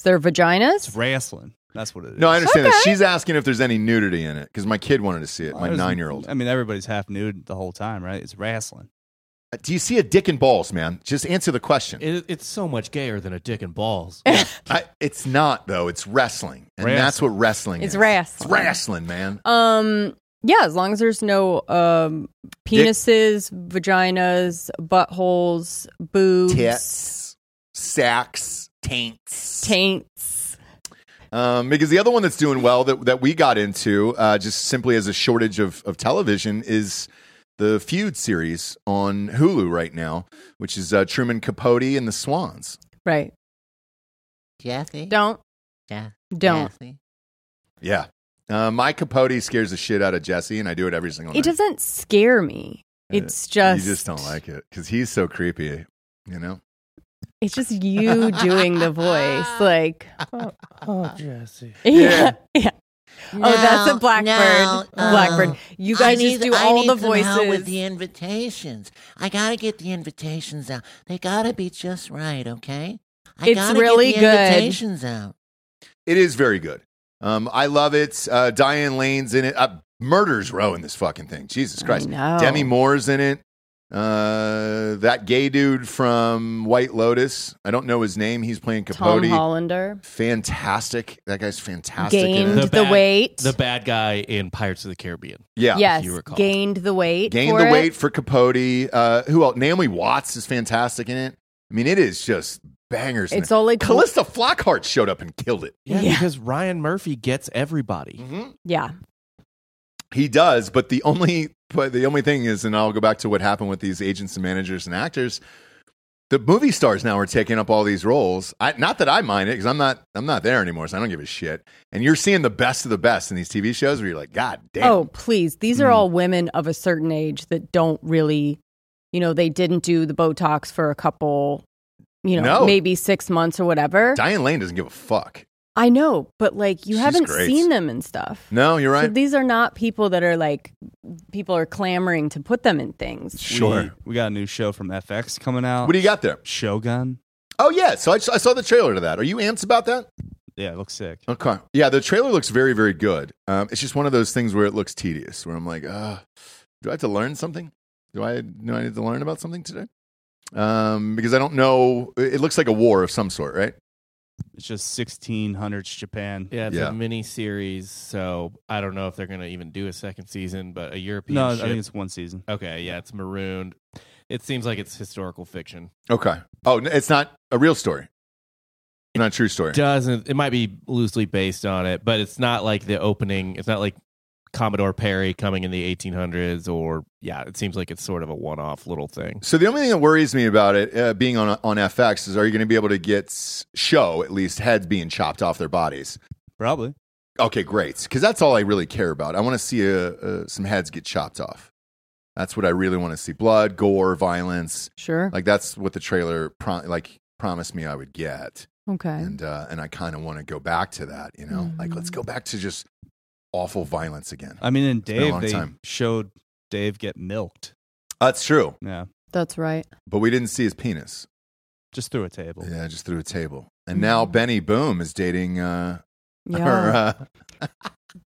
D: there
F: It's
D: vaginas?
F: wrestling. That's what it is.
C: No, I understand that.
D: Okay.
C: She's asking if there's any nudity in it because my kid wanted to see it.
F: Well,
C: my
F: there's-
C: nine year old.
F: I mean, everybody's half nude the whole time, right? It's wrestling.
C: Do you see a dick and balls, man? Just answer the question.
G: It, it's so much gayer than a dick and balls. [LAUGHS]
C: I, it's not though. It's wrestling, and
F: Wrestling.
C: that's what wrestling
D: It's
C: is.
D: wrestling.
C: It's wrestling, man.
D: Um, yeah, as long as there's no um penises, vaginas, buttholes, boobs,
C: Tits, sacks, taints,
D: taints.
C: Um, because the other one that's doing well that, that we got into uh, just simply as a shortage of, of television is the Feud series on Hulu right now, which is uh, Truman Capote and the Swans.
D: Right.
I: Jeffy?
D: Don't.
I: Yeah.
D: Don't.
I: Jeffy.
C: Yeah. Uh, my Capote scares the shit out of Jesse, and I do it every single
D: It
C: night.
D: doesn't scare me. It's just
C: Uh, you just don't like it because he's so creepy, you know?
D: It's just you doing the voice, like
G: oh, Jesse.
D: [LAUGHS] yeah, yeah. oh, that's a
I: No,
D: blackbird.
I: no,
D: blackbird.
I: no.
D: You guys
I: I need,
D: just do
I: I
D: all
I: need
D: the
I: some
D: voices.
I: help with the invitations. I gotta get the invitations out. They gotta be just right, okay? I
D: It's
I: gotta
D: really
I: get the
D: good.
I: invitations out.
C: It is very good. Um, I love it. Uh, Diane Lane's in it. Uh, murders row in this fucking thing. Jesus Christ.
D: know.
C: Demi Moore's in it. Uh, that gay dude from White Lotus. I don't know his name. He's playing
D: Tom
C: Capote.
D: Hollander.
C: Fantastic. That guy's fantastic. in
D: Gained
C: it.
D: The weight.
G: The bad guy in Pirates of the Caribbean.
C: Yeah.
D: yes,
G: you recall.
D: gained the weight.
C: Gained
D: for
C: the
D: it.
C: weight for Capote. Uh, who else? Naomi Watts is fantastic in it. I mean, it is just bangers. in
D: It's
C: it.
D: only cool-
C: Callista Flockhart showed up and killed it. Mm-hmm.
G: Yeah,
D: Yeah.
G: because Ryan Murphy gets everybody.
D: Yeah,
C: He does, but the only but the only thing is, and I'll go back to what happened with these agents and managers and actors. The movie stars now are taking up all these roles. I, not that I mind it, because I'm not I'm not there anymore, so I don't give a shit. And you're seeing the best of the best in these TV shows, where you're like, God damn, Hmm.
D: Oh, please. These are all women of a certain age that don't really, you know, they didn't do the Botox for a couple, you know,
C: No.
D: maybe six months or whatever.
C: Diane Lane doesn't give a fuck.
D: I know, but like you
C: She's
D: haven't
C: great.
D: seen them and stuff.
C: No, you're
D: So
C: right.
D: these are not people that are like, people are clamoring to put them in things.
F: We, we got a new show from FX coming out.
C: What do you got there?
F: Shogun.
C: Oh yeah, so I, I saw the trailer to that. Are you amped about that?
F: Yeah, it looks sick.
C: Okay. Yeah, the trailer looks very, very good. Um, it's just one of those things where it looks tedious, where I'm like, uh, do I have to learn something? Do I do I need to learn about something today? Um, because I don't know. It it looks like a war of some sort, right?
F: It's just 1600s Japan.
G: Yeah, it's
C: Yeah.
G: a mini series, so I don't know if they're going to even do a second season, but a European
F: No, I
G: ship-
F: think it's one season.
G: Okay, yeah, it's marooned. It seems like it's historical fiction.
C: Okay. Oh, n- it's not a real story. Not a true story.
G: Doesn't it might be loosely based on it, but it's not like the opening. It's not like Commodore Perry coming in the 1800s, or yeah, it seems like it's sort of a one-off little thing.
C: So the only thing that worries me about it uh, being on on FX is, are you going to be able to get s- show at least heads being chopped off their bodies?
F: Probably.
C: Okay, great. Because that's all I really care about. I want to see uh uh some heads get chopped off. That's what I really want to see: blood, gore, violence.
D: Sure.
C: Like that's what the trailer prom- like promised me I would get,
D: okay.
C: and uh, and I kind of want to go back to that. You know, like let's go back to just awful violence again.
F: I mean, in
C: been a
F: Dave,
C: long
F: they
C: time.
F: showed Dave get milked.
C: That's true,
F: Yeah,
D: That's
C: [LAUGHS]
D: right.
C: but we didn't see his penis.
F: just through a table.
C: Yeah, just through a table. And now Benny Boom is dating. Uh, [LAUGHS]
D: Yeah.
C: her, uh,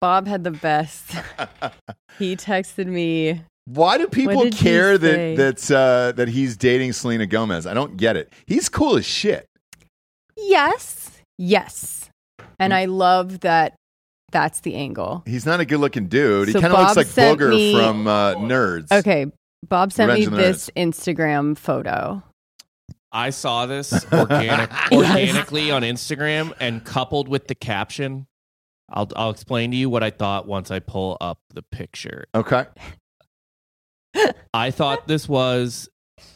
D: Bob had the best. [LAUGHS] he texted me.
C: Why do people
D: did he
C: care that
D: say?
C: that's uh, that he's dating Selena Gomez? I don't get it. He's cool as shit.
D: Yes. Yes.
C: Hmm.
D: And I love that that's the angle.
C: He's not a good looking dude. He
D: So
C: kind of looks
D: Bob
C: like
D: sent
C: Booger
D: me- Oh,
C: from uh, Nerds.
D: Okay. Bob sent
C: Revenge of the
D: me this Instagram photo.
G: I saw this organic, organically on Instagram, and coupled with the caption, I'll I'll explain to you what I thought once I pull up the picture.
C: Okay.
G: I thought this was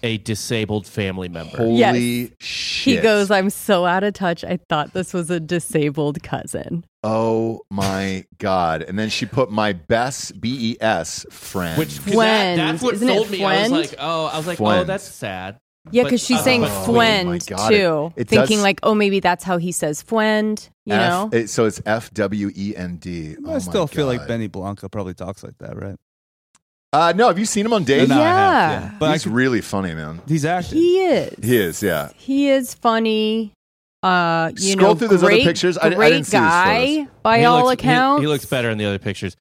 G: a disabled family member.
C: Holy
D: Yes.
C: shit.
D: He goes, I'm so out of touch. I thought this was a disabled cousin.
C: Oh my god! And then she put my best B E S friend.
G: Which 'cause
D: Fwend.
G: That, that's what
D: Isn't it
G: sold me. I was
D: Fwend?
G: like, oh, I was like, oh,
C: Fwend.
G: that's sad.
D: Yeah,
G: But-
D: because she's
G: uh,
D: saying
G: but-
C: Oh my
D: friend
C: God,
D: too.
C: it- it
D: thinking
C: does-
D: like, oh, maybe that's how he says friend, you
C: F-
D: know?
C: it- so it's F W E N D.
F: I still feel like Benny Blanco probably talks like that, right?
C: Uh, no, have you seen him on Dave?
F: No, no, I have,
D: Yeah.
F: But I
C: he's
F: could-
C: really funny, man.
F: he's acting.
D: he is.
C: He is, yeah.
D: He is funny. Uh, you
C: Scroll
D: know,
C: through those other
D: great-
C: pictures. I- I
D: great
C: didn't see his
D: guy,
C: photos.
D: by
G: He
D: all
G: looks- he-
D: accounts.
G: He, looks better in the other pictures.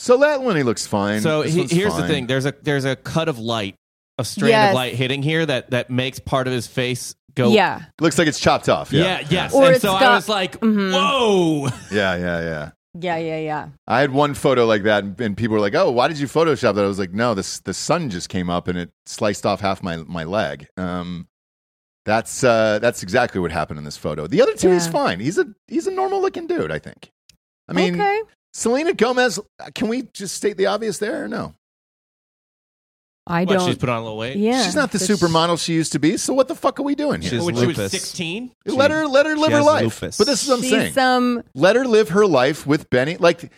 C: So that one he looks fine.
G: so
C: This
G: he-
C: one's
G: here's the
C: fine.
G: thing: there's a there's a cut of light, a strand
D: Yes.
G: of light hitting here that that makes part of his face go.
D: Yeah.
C: Looks like it's chopped off.
G: Yeah.
C: Yeah,
G: Yes.
D: Or
G: and
D: it's
G: so I
D: got-
G: was like,
D: Mhm.
G: whoa.
C: yeah, yeah, yeah.
D: Yeah, yeah, yeah.
C: I had one photo like that, and, and people were like, "Oh, why did you Photoshop that?" I was like, "No, this the sun just came up and it sliced off half my my leg." Um, that's uh, that's exactly what happened in this photo. The other two is
D: Yeah.
C: fine. He's a he's a normal looking dude, I think. I mean,
D: okay.
C: Selena Gomez. uh, Can we just state the obvious there? Or no,
D: I
G: What,
D: don't.
G: she's put on a little weight.
D: yeah.
C: she's not the
D: That's-
C: supermodel she used to be. So what the fuck are we doing here?
F: She's
G: When she was
F: lupus.
G: 16.
C: let her let her live
F: she
C: her
F: has
C: life.
F: lupus.
C: But this is what I'm
D: she's um,
C: saying.
D: some
C: let her live her life with Benny. Like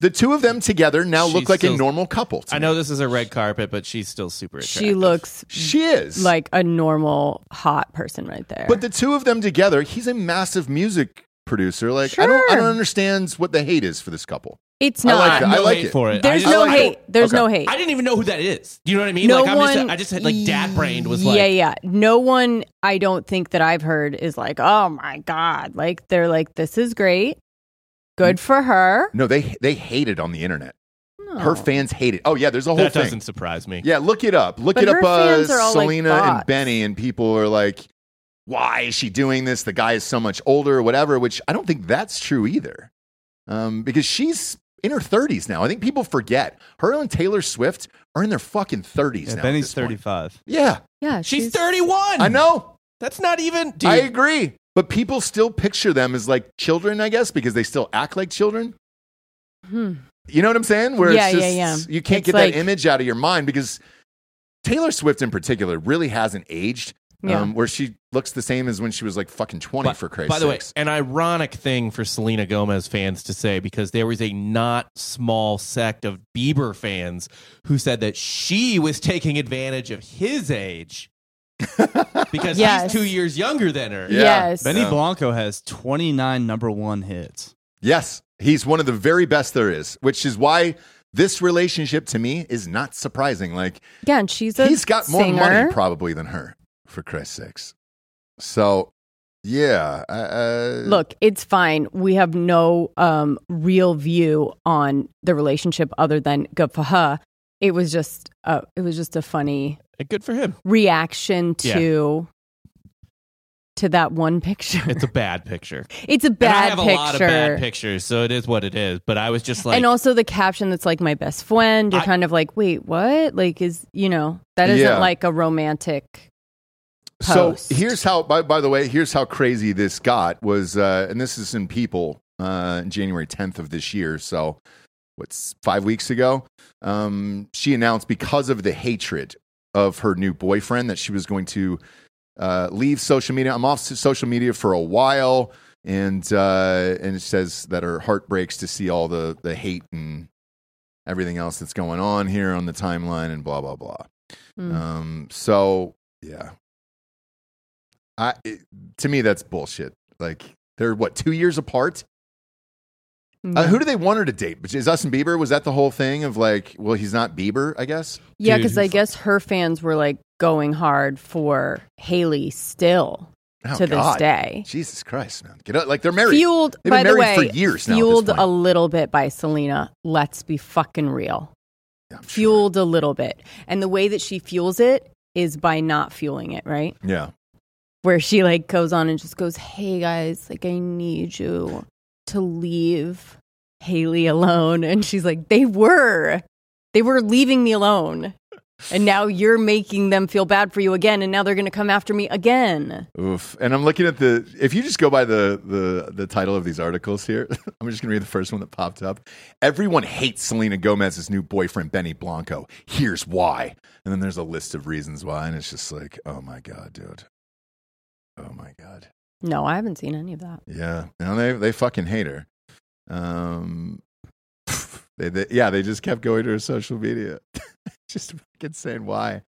C: the two of them together now look
G: She's
C: like a
G: still-
C: normal couple. to
G: I
C: me.
G: know this is a red carpet, but she's still super attractive.
D: she looks
C: she is
D: like a normal hot person right there.
C: But the two of them together, he's a massive music producer. Like I don't I
D: Sure.
C: don't understand what the hate is for this couple.
D: it's
C: I
D: not.
C: like that. I
G: No
C: like
G: hate
C: it.
G: for it.
D: There's
G: I just-
D: no
C: I like
D: hate.
C: it.
D: There's no
C: Okay.
D: hate.
G: I didn't even know who that is. Do you know what I mean?
D: no
G: like I'm
D: one.
G: just, I just had like dad brained was like
D: Yeah, yeah. No one. I don't think that I've heard is like, oh my god.
C: Mm.
D: Like they're like, this is great. Good for her.
C: No, they they hate it on the internet. Her fans hate it. Oh yeah, there's a whole
G: That
C: thing.
G: doesn't surprise me.
C: Yeah, look it up. Look
D: But
C: it up.
D: her fans are
C: uh,
D: all, like,
C: Selena and
D: bots.
C: Benny, and people are like, "Why is she doing this? The guy is so much older, or whatever." Which I don't think that's true either, um, because she's in her 30s now. I think people forget her and Taylor Swift are in their fucking 30s
F: Yeah,
C: now. at
F: Benny's
C: this point.
F: 35.
C: Yeah,
D: Yeah,
G: She's 31.
C: I know.
G: That's not even. Dude,
C: I agree. But people still picture them as like children, I guess, because they still act like children.
D: Hmm.
C: You know what I'm saying? Where
D: Yeah,
C: it's just,
D: yeah, yeah.
C: you can't
D: It's
C: get
D: like-
C: that image out of your mind because Taylor Swift in particular really hasn't aged.
D: Yeah.
C: Um, where she looks the same as when she was like fucking 20 for Christ's
G: By the
C: sakes.
G: way, an ironic thing for Selena Gomez fans to say because there was a not small sect of Bieber fans who said that she was taking advantage of
C: [LAUGHS]
G: his age because
D: Yes.
G: he's two years younger than her.
C: Yeah.
D: Yes.
F: Benny
C: Yeah.
F: Blanco has 29 number one hits.
C: Yes, he's one of the very best there is, which is why this relationship to me is not surprising. Like,
D: Yeah, and she's a
C: he's got more
D: singer.
C: money probably than her, for Christ's sakes. So, yeah. Uh,
D: Look, it's fine. We have no um, real view on the relationship other than good for her. It was just uh, it was just a funny
G: And Good for him.
D: reaction to to that one picture.
G: It's a bad picture.
D: [LAUGHS] It's a
G: And
D: bad
G: I have
D: picture.
G: a lot of bad pictures, so it is what it is. But I was just like,
D: and also the caption that's like my best friend. You're
G: I-
D: kind of like, wait, what? Like, is you know that isn't
C: Yeah.
D: like a romantic. post.
C: So here's how. By, by the way, here's how crazy this got was, uh, and this is in People, uh, January 10th of this year. So what's five weeks ago? Um, she announced because of the hatred of her new boyfriend that she was going to uh, leave social media. I'm off s- social media for a while, and uh, and it says that her heart breaks to see all the the hate and everything else that's going on here on the timeline and blah blah blah.
D: Hmm.
C: Um, so yeah, I it, to me that's bullshit. Like they're what two years apart.
D: mm.
C: Uh, who do they want her to date? Which Is Justin Bieber? Was that the whole thing of like, well, he's not Bieber, I guess.
D: Yeah,
G: Dude,
D: because
G: who
D: I
G: fu-
D: guess her fans were like going hard for Haley still
C: Oh,
D: to
C: God.
D: this day.
C: Jesus Christ, man, get up! Like they're married.
D: Fueled
C: They've been
D: by the way,
C: married for years now at this
D: fueled
C: point.
D: a little bit by Selena. Let's be fucking real.
C: Yeah, I'm sure.
D: Fueled a little bit, and the way that she fuels it is by not fueling it, right?
C: Yeah,
D: Where she like goes on and just goes, "Hey guys, like I need you to leave Haley alone," and she's like, "They were, they were leaving me alone." And now you're making them feel bad for you again, and now they're going to come after me again.
C: oof. And I'm looking at the. If you just go by the the the title of these articles here, [LAUGHS] I'm just gonna read the first one that popped up. Everyone hates Selena Gomez's new boyfriend Benny Blanco. Here's why. And then there's a list of reasons why, and it's just like, oh my god, dude. Oh my god.
D: No, I haven't seen any of that.
C: Yeah, no, they they fucking hate her. Um, [LAUGHS] they, they yeah, they just kept going to her social media, [LAUGHS] just fucking saying why.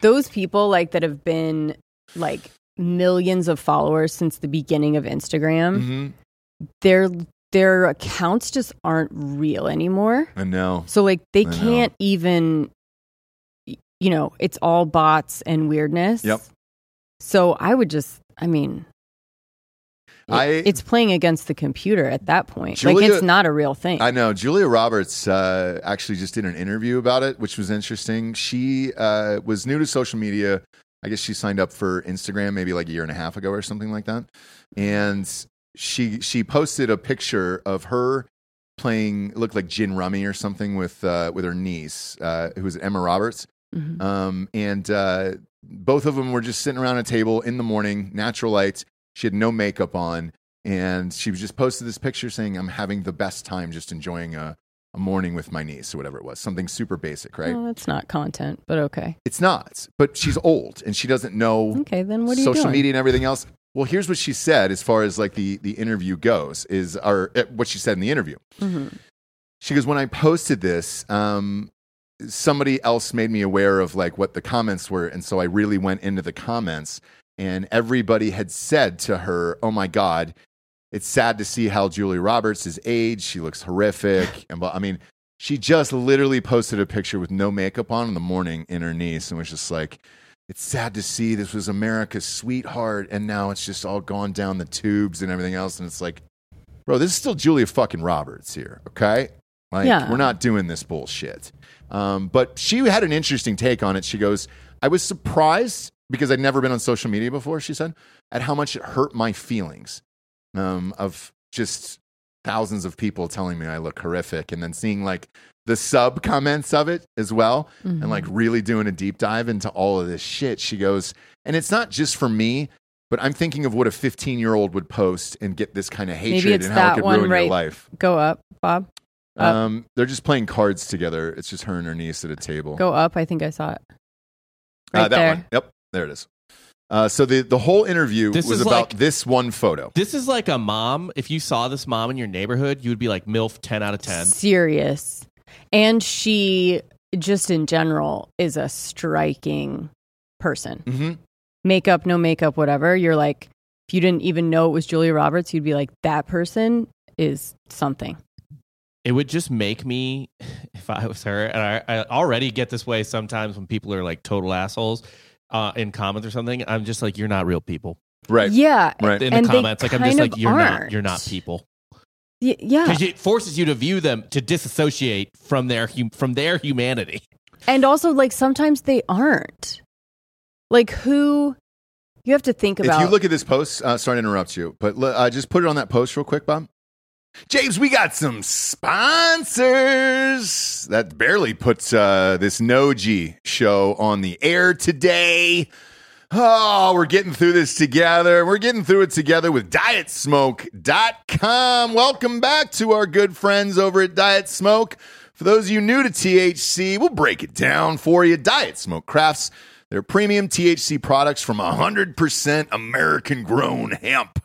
D: Those people like that have been like millions of followers since the beginning of Instagram.
C: Mm-hmm.
D: Their their accounts just aren't real anymore.
C: Mm-hmm. I know.
D: So like they
C: I know.
D: can't even y- you know, it's all bots and weirdness.
C: Yep.
D: So I would just I mean it-
C: I-
D: it's playing against the computer at that point.
C: Julia-
D: like it's not a real thing.
C: I know. Julia Roberts uh, actually just did an interview about it, which was interesting. She uh, was new to social media. I guess she signed up for Instagram maybe like a year and a half ago or something like that. And she she posted a picture of her playing it looked like gin rummy or something with uh, with her niece uh, who was Emma Roberts.
D: Mhm.
C: Um, and uh, both of them were just sitting around a table in the morning, natural lights. She had no makeup on, and she was just posted this picture saying, "I'm having the best time, just enjoying a, a morning with my niece or whatever it was." Something super basic, right?
D: Well, that's not content, but okay.
C: It's not, but she's old and she doesn't know
D: Okay, then Mm, what are you
C: social
D: doing?
C: media and everything else. Well, here's what she said as far as like the the interview goes is or uh, what she said in the interview.
D: Mm-hmm,
C: She goes, when I posted this, um, somebody else made me aware of like what the comments were, and so I really went into the comments, and everybody had said to her, "Oh my god." It's sad to see how Julie Roberts is aged. She looks horrific. And blah- I mean, she just literally posted a picture with no makeup on in the morning in her niece and was just like, it's sad to see this was America's sweetheart and now it's just all gone down the tubes and everything else. And it's like, bro, this is still Julia fucking Roberts here, okay? Like,
D: Yeah.
C: we're not doing this bullshit. Um, but she had an interesting take on it. She goes, I was surprised because I'd never been on social media before, she said, at how much it hurt my feelings um, of just thousands of people telling me I look horrific and then seeing like the sub comments of it as well
D: mm-hmm.
C: and like really doing a deep dive into all of this shit. She goes, and it's not just for me, but I'm thinking of what a 15 year old would post and get this kind of
D: Maybe
C: hatred
D: it's
C: and how it
D: that
C: could
D: one
C: ruin
D: right.
C: your life.
D: Go up, Bob. Up.
C: Um, they're just playing cards together. It's just her and her niece at a table.
D: Go up. I think I saw it. Right
C: uh, that
D: there.
C: one. Yep, there it is. Uh, so the the whole interview
G: This
C: was
G: is
C: about
G: like-
C: this one photo.
G: This is like a mom. If you saw this mom in your neighborhood, you would be like MILF ten out of ten.
D: Serious. And she, just in general, is a striking person.
C: Mm-hmm.
D: Makeup, no makeup, whatever. You're like, if you didn't even know it was Julia Roberts, you'd be like, that person is something.
G: It would just make me, [LAUGHS] if I was her, and I, I already get this way sometimes when people are like total assholes uh, in comments or something. I'm just like, you're not real people.
C: Right.
D: Yeah.
C: Right.
G: In
D: And
G: the
D: they
G: comments, like I'm just
D: kind
G: like,
D: of
G: you're not,
D: aren't.
G: you're not people.
D: Y- yeah.
G: Because it forces you to view them to disassociate from their hum- from their humanity.
D: And also, like, sometimes they aren't. Like, who you have to think about.
C: If you look at this post, uh, sorry to interrupt you, but le- uh, just put it on that post real quick, Bob. James, we got some sponsors. That barely puts uh, this Noji show on the air today. Oh, we're getting through this together. We're getting through it together with DietSmoke.com. Welcome back to our good friends over at Diet Smoke. For those of you new to THC, we'll break it down for you. Diet Smoke crafts their premium THC products from 100% American grown hemp.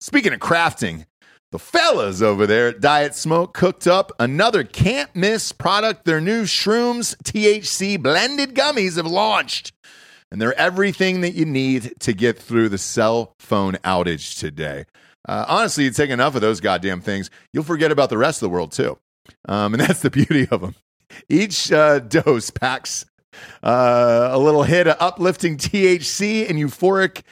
C: Speaking of crafting, the fellas over there at Diet Smoke cooked up another can't miss product. Their new Shrooms THC blended gummies have launched. And they're everything that you need to get through the cell phone outage today. Uh, honestly, you take enough of those goddamn things, you'll forget about the rest of the world too. Um, and [LAUGHS] that's the beauty of them. Each uh, [LAUGHS] dose packs uh, a little hit of uplifting THC and euphoric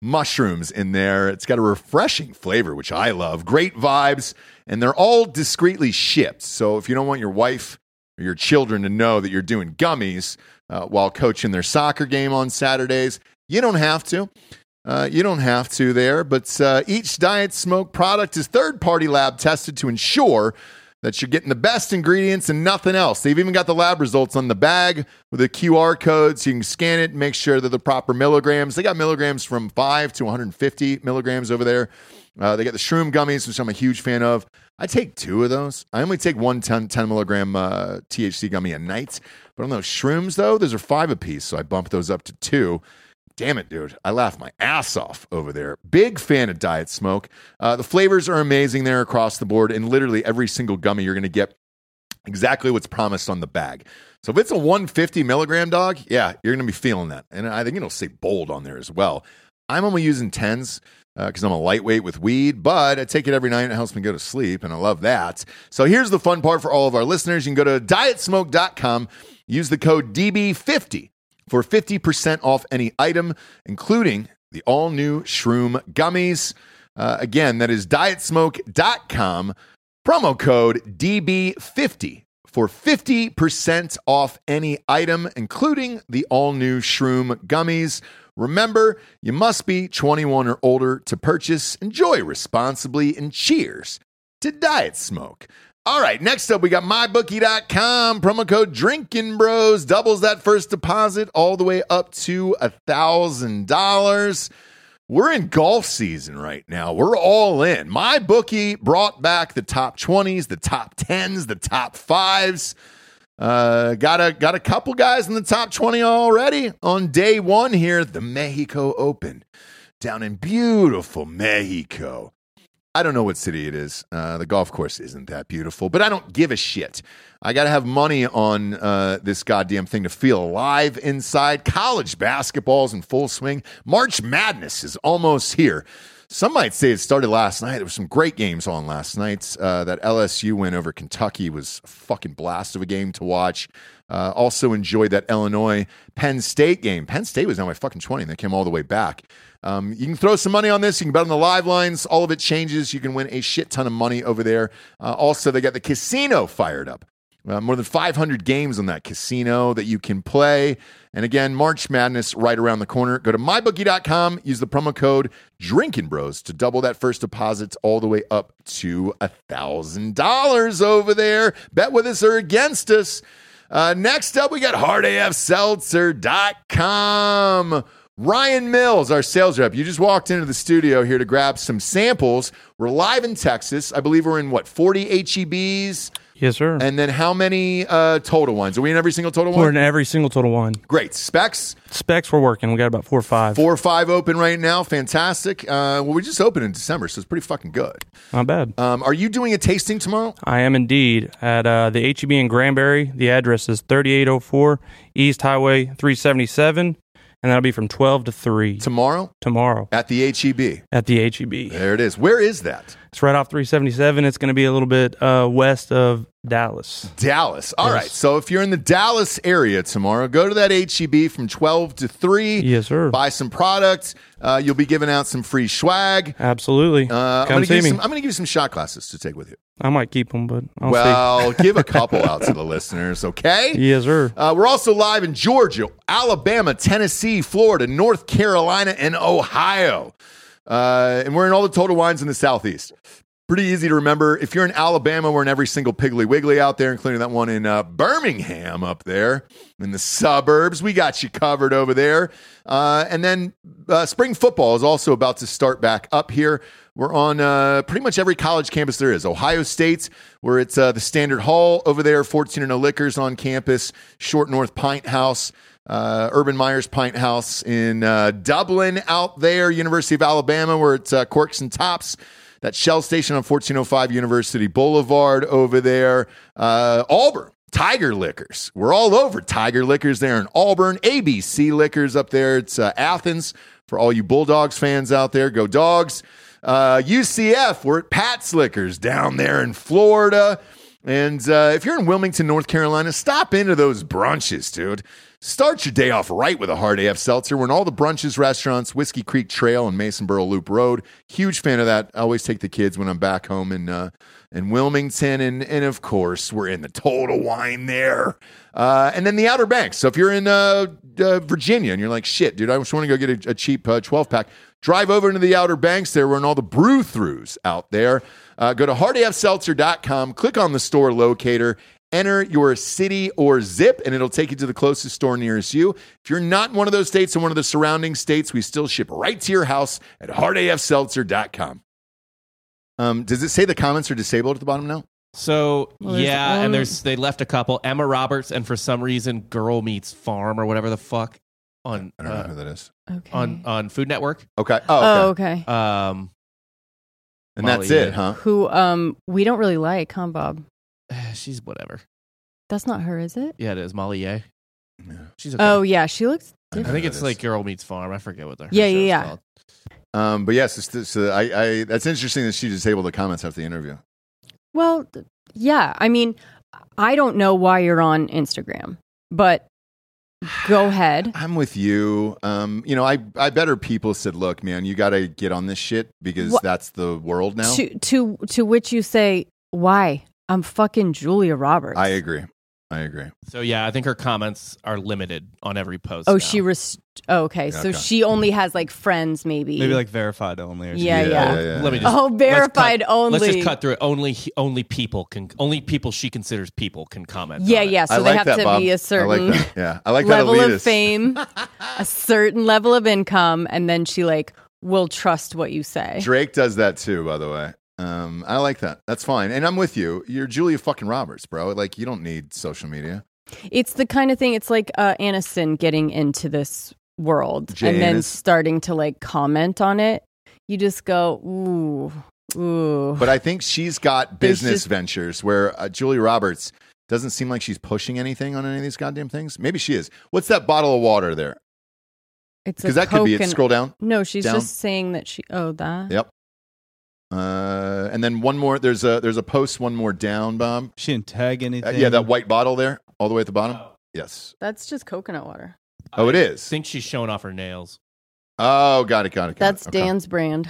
C: mushrooms in there. It's got a refreshing flavor, which I love. Great vibes, and they're all discreetly shipped. So if you don't want your wife or your children to know that you're doing gummies uh, while coaching their soccer game on Saturdays, you don't have to. Uh, you don't have to there, but uh, each Diet Smoke product is third party lab tested to ensure that you're getting the best ingredients and nothing else. They've even got the lab results on the bag with a QR code so you can scan it and make sure they're the proper milligrams. They got milligrams from 5 to 150 milligrams over there. Uh, they got the shroom gummies, which I'm a huge fan of. I take two of those. I only take one 10, 10 milligram uh, THC gummy a night. But on those shrooms, though, those are five a piece. So I bumped those up to two. Damn it, dude. I laughed my ass off over there. Big fan of Diet Smoke. Uh, the flavors are amazing there across the board, and literally every single gummy you're going to get exactly what's promised on the bag. So if it's a 150 milligram dog, yeah, you're going to be feeling that. And I think it'll say bold on there as well. I'm only using 10s because I'm a lightweight with weed, but I take it every night. and It helps me go to sleep, and I love that. So here's the fun part for all of our listeners. You can go to dietsmoke.com, use the code DB50 for 50% off any item, including the all new Shroom Gummies. Uh, again, that is dietsmoke.com, promo code DB50 for 50% off any item, including the all new Shroom Gummies. Remember, you must be 21 or older to purchase. Enjoy responsibly and cheers to Diet Smoke. All right, next up, we got mybookie.com. Promo code Drinking Bros doubles that first deposit all the way up to a $1,000. We're in golf season right now. We're all in. My bookie brought back the top 20s, the top 10s, the top 5s. Uh, got a got a couple guys in the top 20 already on day 1 here at the Mexico Open down in beautiful Mexico. I don't know what city it is. Uh, the golf course isn't that beautiful, but I don't give a shit. I got to have money on uh, this goddamn thing to feel alive inside. College basketball's in full swing. March Madness is almost here. Some might say it started last night. There were some great games on last night. Uh, that LSU win over Kentucky was a fucking blast of a game to watch. Uh, also enjoyed that Illinois Penn State game. Penn State was now my fucking 20 and they came all the way back. Um, you can throw some money on this. You can bet on the live lines. All of it changes. You can win a shit ton of money over there. Uh, also, they got the casino fired up. Uh, more than 500 games on that casino that you can play. And again, March Madness right around the corner. Go to mybookie.com, use the promo code Drinking Bros to double that first deposit all the way up to $1,000 over there. Bet with us or against us. Uh, next up, we got hardafseltzer.com. Ryan Mills, our sales rep, you just walked into the studio here to grab some samples. We're live in Texas. I believe we're in what, 40 HEBs?
J: Yes, sir.
C: And then how many uh, total wines? Are we in every single total
J: We're
C: one?
J: in every single total one.
C: Great. Specs?
J: Specs, we're working. We got about four or five.
C: Four or five open right now. Fantastic. Uh, well, we just opened in December, so it's pretty fucking good.
J: Not bad.
C: Um, are you doing a tasting tomorrow?
J: I am indeed at uh, the HEB in Granbury. The address is 3804 East Highway 377, and that'll be from 12 to 3.
C: Tomorrow?
J: Tomorrow.
C: At the HEB.
J: At the HEB.
C: There it is. Where is that?
J: It's right off 377. It's going to be a little bit uh, west of Dallas.
C: Dallas. All right. So if you're in the Dallas area tomorrow, go to that HEB from 12 to 3.
J: Yes, sir.
C: Buy some products. Uh, you'll be giving out some free swag.
J: Absolutely.
C: Uh, I'm
J: Come
C: gonna
J: see
C: give you
J: me.
C: Some, I'm going to give you some shot glasses to take with you.
J: I might keep them, but I'll
C: well, give a couple out to the listeners,
J: [LAUGHS]
C: okay?
J: see. Yes, sir.
C: Uh, we're also live in Georgia, Alabama, Tennessee, Florida, North Carolina, and Ohio. Uh, and we're in all the total wines in the Southeast. Pretty easy to remember. If you're in Alabama, we're in every single Piggly Wiggly out there, including that one in uh, Birmingham up there in the suburbs. We got you covered over there. Uh, and then uh, spring football is also about to start back up here. We're on uh, pretty much every college campus there is. Ohio State's, where it's uh, the Standard Hall over there, 14 and a Liquors on campus, Short North Pint House, uh, Urban Myers Pint House in uh, Dublin out there, University of Alabama, where it's uh, Corks and Tops. That Shell station on 1405 University Boulevard over there. Uh, Auburn, Tiger Liquors. We're all over Tiger Liquors there in Auburn. ABC Liquors up there. It's uh, Athens for all you Bulldogs fans out there. Go Dogs. Uh, UCF, we're at Pat's Liquors down there in Florida. And uh, if you're in Wilmington, North Carolina, stop into those brunches, dude. Start your day off right with a hard AF seltzer. We're in all the brunches, restaurants, Whiskey Creek Trail and Masonboro Loop Road. Huge fan of that. I always take the kids when I'm back home in uh, in Wilmington, and and of course we're in the Total Wine there, uh, and then the Outer Banks. So if you're in uh, uh, Virginia and you're like, shit, dude, I just want to go get a, a cheap uh, 12 pack. Drive over into the Outer Banks there. We're in all the brew throughs out there. Uh, go to hardafseltzer.com, click on the store locator, enter your city or zip, and it'll take you to the closest store nearest you. If you're not in one of those states and one of the surrounding states, we still ship right to your house at hardafseltzer.com. Um, does it say the comments are disabled at the bottom now?
G: So
C: Well, there's
G: yeah,
C: all-
G: and there's they left a couple Emma Roberts and for some reason Girl Meets Farm or whatever the fuck on uh,
C: I don't know who that is.
D: Okay.
G: on on Food Network.
C: uh, Okay. Uh-huh.
D: Oh, okay.
G: Um, [SIGHS]
C: And that's
G: Molly,
C: it,
G: uh,
C: huh?
D: Who um we don't really like, huh, Bob?
G: She's whatever.
D: That's not her, is it?
G: Yeah, it is Molly Ye. She's okay.
D: Oh yeah, she looks.
G: I
D: Different.
G: think it's like Girl Meets Farm. I forget what they're.
D: Yeah, yeah, yeah.
C: Um, but yes, it's, it's, uh, I, I, that's interesting that she disabled the comments after the interview.
D: Well, th- yeah. I mean, I don't know why you're on Instagram, but go ahead.
C: I'm with you. Um, you know, I, I better people said, look, man, you got to get on this shit because
D: What-
C: that's the world now.
D: To to to which you say, "Why? I'm fucking Julia Roberts."
C: I agree. I agree.
G: So yeah, I think her comments are limited on every post.
D: oh,
G: now.
D: she rest. Oh, okay, so
G: Okay.
D: she only has like friends, maybe.
F: Maybe like verified only. Or something.
D: Yeah, Yeah, yeah. yeah,
G: Let me just.
D: [LAUGHS] Oh,
G: let's cut-
D: verified only.
G: Let's just cut through it. Only he- only people can only people she considers people can comment.
D: Yeah,
G: on it.
D: yeah. Oh, So
C: I
D: they
C: like
D: have
C: that,
D: to
C: Bob.
D: be
C: I
D: a
C: like
D: certain
C: that. Yeah, I like that
D: level
C: elitist.
D: of fame, a certain level of income, and then she like will trust what you say.
C: Drake does that too, by the way. Um, I like that. That's fine. And I'm with you. You're Julia fucking Roberts, bro. Like, you don't need social media.
D: It's the kind of thing. It's like uh, Aniston getting into this world
C: Jay
D: and then
C: Anis.
D: starting to like comment on it. You just go, ooh, ooh.
C: But I think she's got
D: There's
C: business
D: just-
C: ventures where uh, Julia Roberts doesn't seem like she's pushing anything on any of these goddamn things. Maybe she is. What's that bottle of water there?
D: It's
C: because that could be it. Scroll down.
D: No, she's
C: Down.
D: just saying that she. Oh, that.
C: Yep. Uh, and then one more. There's a there's a post. One more down, Bob.
F: She didn't tag anything.
C: Uh, yeah, that white bottle there, all the way at the bottom.
F: Oh.
C: Yes.
D: That's just coconut water.
C: Oh, it is.
G: think she's showing off her nails.
C: Oh, got it, got it. Got
D: That's
C: it. Okay.
D: Dan's brand.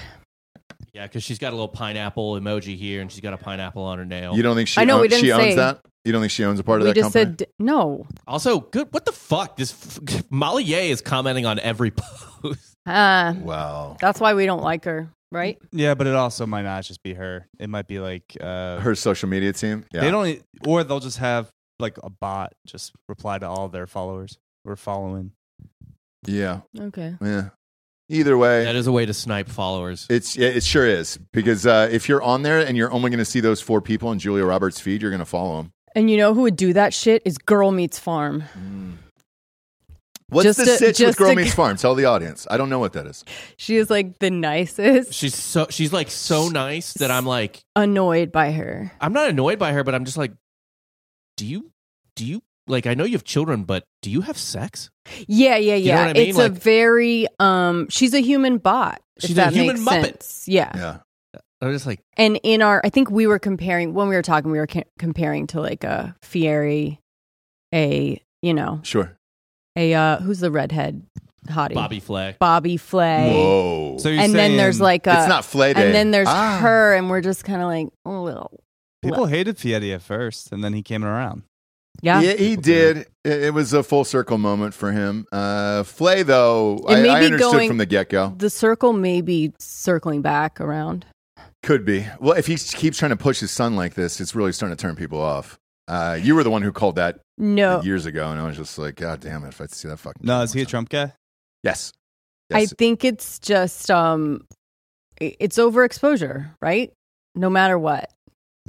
G: Yeah, because she's got a little pineapple emoji here, and she's got a pineapple on her nail.
C: You don't think she
D: I know,
C: own-
D: we didn't
C: she owns
D: say.
C: that? You don't think she owns a part of
D: we
C: that
D: just
C: company?
D: said d- no.
G: Also, good. What the fuck? This f- [LAUGHS] Molly Ye is commenting on every post.
D: Uh,
C: wow.
D: That's why we don't like her, right?
F: Yeah, but it also might not just be her. It might be like uh,
C: her social media team. Yeah.
F: They don't, or they'll just have like a bot just reply to all their followers or following.
C: Yeah.
D: Okay.
C: Yeah. Either way,
G: that is a way to snipe followers.
C: It's yeah, it sure is because uh, if you're on there and you're only going to see those four people in Julia Roberts' feed, you're going to follow them.
D: And you know who would do that shit is Girl Meets Farm.
C: What's
D: Mm. Just
C: the
D: to-
C: sitch with
D: just
C: Girl
D: to-
C: Meets Farm? Tell the audience. I don't know what that is.
D: She is like the nicest.
G: She's so she's like so nice that I'm like
D: Annoyed by her.
G: I'm not annoyed by her, but I'm just like, do you do you like? I know you have children, but do you have sex?
D: Yeah, yeah, yeah.
G: You know what I mean?
D: It's a
G: Like-
D: very um. She's a human bot. if
G: She's a
D: that
G: human
D: makes
G: Muppet.
D: sense. Yeah.
C: Yeah.
G: I'm just like,
D: And in our, I think we were comparing when we were talking. We were ca- comparing to like a Fieri, a you know,
C: Sure.
D: a uh, who's the redhead hottie?
G: Bobby Flay.
D: Bobby Flay.
C: Whoa. So you're
D: and then there's
C: saying-
D: like a.
C: It's not Flay Day.
D: And then there's
C: Ah.
D: her, and we're just kind of like, oh, well,
F: People hated Fieri at first, and then he came around.
D: yeah.
C: he did. It, it was a full circle moment for him. Uh, Flay, though,
D: It
C: I,
D: may
C: I
D: be
C: understood
D: going-
C: from the get go.
D: The circle may be circling back around.
C: Could be. Well, if he s- keeps trying to push his son like this, it's really starting to turn people off. Uh, you were the one who called that
D: No.
C: years ago, and I was just like, God damn it! If I see that fucking
F: No, is he a Trump guy?
C: yes,
D: I
C: yes.
D: think it's just um i- it's overexposure, right? No matter what.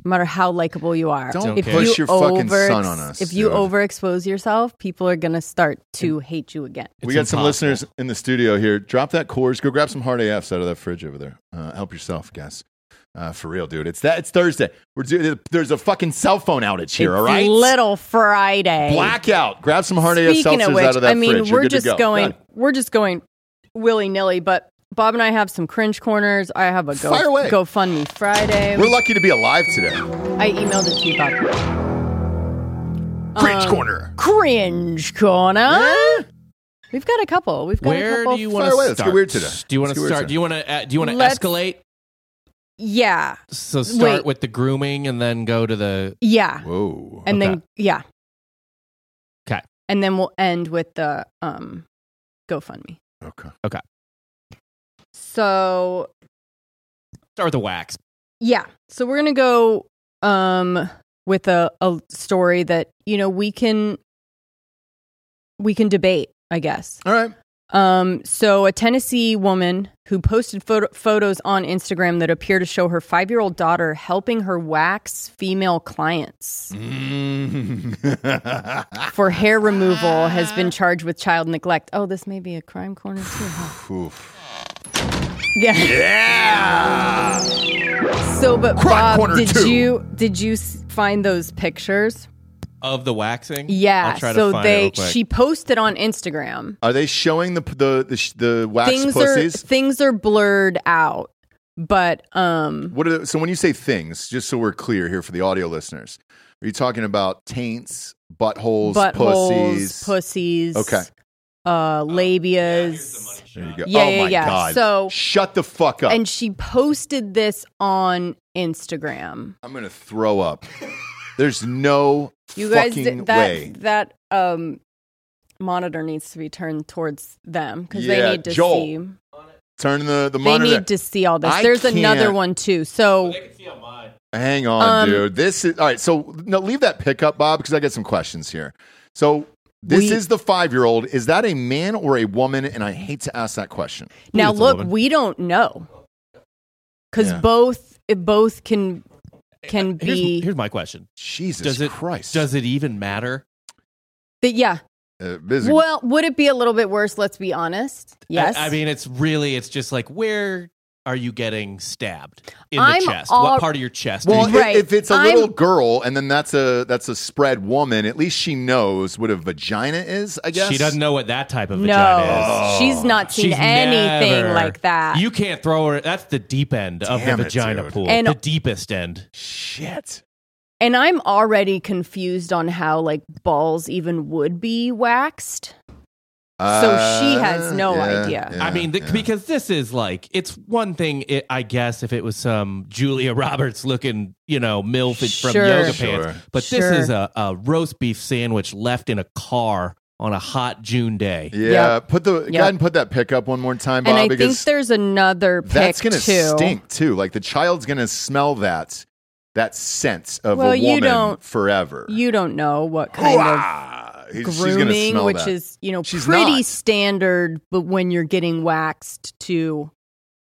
D: No matter how likable you are.
C: Don't push your fucking son on us,
D: If you
C: dude.
D: overexpose yourself, people are gonna start to hate you again.
C: we got some listeners in the studio here. Drop that Coors. Go grab some hard AFs out of that fridge over there. Uh, help yourself, guys. Uh, for real, dude. It's that. It's Thursday. We're do- there's a fucking cell phone outage here. all
D: It's
C: right,
D: Little Friday.
C: blackout. Grab some hard AF
D: Speaking
C: seltzers
D: of which,
C: out of that
D: I mean,
C: fridge. You're
D: we're
C: good to
D: just
C: go.
D: going
C: Done.
D: we're just going willy nilly, but Bob and I have some cringe corners. I have a go
C: Fire away.
D: GoFundMe Friday.
C: We're lucky to be alive today.
D: I emailed it to you, Bob.
C: Cringe
D: Um,
C: corner.
D: Cringe corner. We've got a couple. We've got a
G: Where
D: couple.
G: do you want to
C: Fire away.
G: start?
C: Let's get weird today.
G: Do you want
C: Let's
G: to
C: get weird
G: start?
C: today.
G: Do you want to? Uh, do you want to
D: Let's-
G: escalate?
D: yeah,
G: So start
D: Wait.
G: with the grooming, and then go to the.
D: yeah,
C: Whoa.
D: and
G: Okay.
D: then yeah,
G: 'Kay.
D: and then we'll end with the um, GoFundMe.
C: Okay.
D: So
G: Start with the wax.
D: yeah, so we're gonna go um with a a story that you know we can we can debate, I guess.
C: All [LAUGHS] right.
D: Um, so a Tennessee woman who posted photo- photos on Instagram that appear to show her five-year-old daughter helping her wax
C: [LAUGHS]
D: female clients
C: Mm.
D: for hair removal has been charged with child neglect. Oh, this may be a crime corner
C: [LAUGHS]
D: too. huh?
C: Oof.
D: Yeah. So, but
C: Crime
D: Bob,
C: corner
D: did
C: two.
D: you did you s- find those pictures?
G: Of the waxing,
D: Yeah.
G: I'll try
D: so
G: to find it
D: they
G: real quick.
D: she posted on Instagram.
C: Are they showing the the the, sh- the wax
D: things
C: pussies?
D: are things are blurred out, but um.
C: What are the, so when you say things, just so we're clear here for the audio listeners, are you talking about taints, buttholes, pussies?
D: buttholes, pussies,
C: Okay.
D: uh, labias.
C: there you go.
D: Yeah,
C: oh
D: yeah,
C: my
D: yeah.
C: god!
D: So-
C: shut the fuck up.
D: and she posted this on Instagram.
C: I'm gonna throw up. There's no
D: You guys,
C: fucking
D: did,
C: way.
D: that that um monitor needs to be turned towards them because
C: Yeah,
D: they need to
C: Joel,
D: see.
C: Turn the the
D: They
C: monitor.
D: need to see all this.
C: I
D: There's another
C: can't-
D: one too. So
C: Hang on,
D: Um,
C: dude. This is all right. So no, leave that pickup, Bob, because I got some questions here. So this
D: We-
C: is the five year old. Is that a man or a woman? And I hate to ask that question.
D: now
G: it's a
D: look,
G: woman.
D: we don't know because
C: Yeah.
D: both both can can
G: here's,
D: be
G: here's my question:
C: Jesus
G: Does it
C: Christ!
G: does it even matter?
D: that yeah.
C: Uh, this is-
D: Well, would it be a little bit worse? Let's be honest. Yes,
G: I, I mean, it's really it's just like where are you getting stabbed in
D: I'm
G: the chest?
D: all-
G: what part of your chest?
C: Well,
G: are
C: i-
G: you-
C: if it's a
D: I'm-
C: little girl and then that's a that's a spread woman, at least she knows what a vagina is. I guess
G: she doesn't know what that type of
D: No,
G: vagina is.
D: she's not seen anything like that.
G: You can't throw her. That's the deep end of
C: Damn
G: the
C: it,
G: vagina
C: dude.
G: pool.
D: And-
G: the deepest end.
C: Shit.
D: And I'm already confused on how like balls even would be waxed. So
C: Uh,
D: she has no idea.
G: I mean, th- because this is like it's one thing. It, I guess if it was some Julia [LAUGHS] Roberts looking, you know, milf from
D: Sure.
G: yoga
C: Sure.
G: pants, but
D: Sure.
G: this is a, a roast beef sandwich left in a car on a hot June day.
C: yeah. Put the go
D: Yep.
C: ahead and put that pick up one more time, Bob,
D: and I think
C: because
D: there's another pick
C: that's gonna
D: too.
C: stink too. Like the child's gonna smell that that sense of
D: Well,
C: a
D: you
C: woman
D: don't-
C: forever.
D: You don't know what kind
C: Hoo-ah!
D: of
C: He's- she's gonna
D: grooming,
C: smell
D: which
C: that.
D: is you know
C: She's
D: pretty
C: not.
D: standard, but when you're getting waxed to,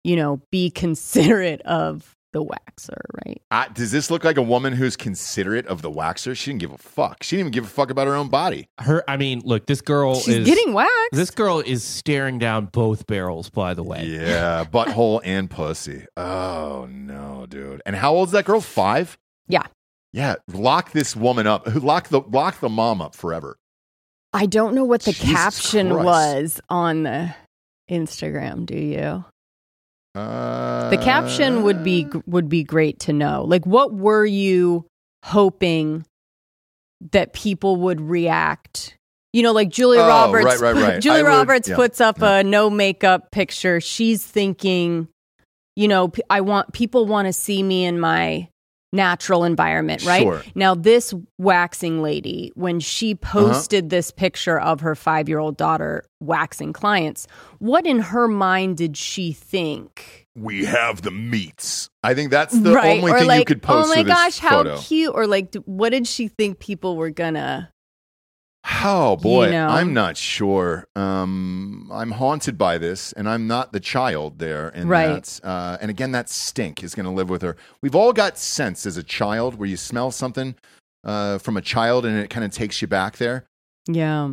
D: you know, be considerate of the waxer, right?
C: I, does this look like a woman who's considerate of the waxer? She didn't give a fuck. She didn't even give a fuck about her own body.
G: Her, I mean, look, this girl
D: She's
G: is
D: getting waxed.
G: This girl is staring down both barrels. By the
D: [LAUGHS]
G: way,
C: Yeah, butthole and pussy. Oh no, dude. And how old's that girl? Five.
D: Yeah.
C: Yeah, lock this woman up. Who lock the lock the mom up forever?
D: I don't know what the
C: Jesus
D: caption
C: Christ.
D: was on the Instagram. Do you?
C: Uh,
D: The caption would be would be great to know. Like, what were you hoping that people would react? You know, like Julia
C: Oh,
D: Roberts.
C: right, right, right.
D: [LAUGHS] Julia
C: I would-
D: Roberts
C: yeah,
D: puts up a no makeup picture. She's thinking, you know, p- I want people want to see me in my natural environment, right?
C: Sure.
D: Now, this waxing lady, when she
C: Uh-huh.
D: posted this picture of her five year old daughter waxing clients, what in her mind did she think?
C: We have the meats. I think that's the
D: right?
C: only
D: or
C: thing
D: like,
C: you could post.
D: oh my
C: with this
D: gosh, how
C: photo.
D: cute! Or like, d- what did she think people were gonna?
C: Oh boy,
D: You know?
C: I'm not sure. Um, I'm haunted by this, and I'm not the child there. And
D: Right.
C: that, uh, and again, that stink is going to live with her. We've all got sense as a child where you smell something uh, from a child, and it kind of takes you back there.
D: Yeah,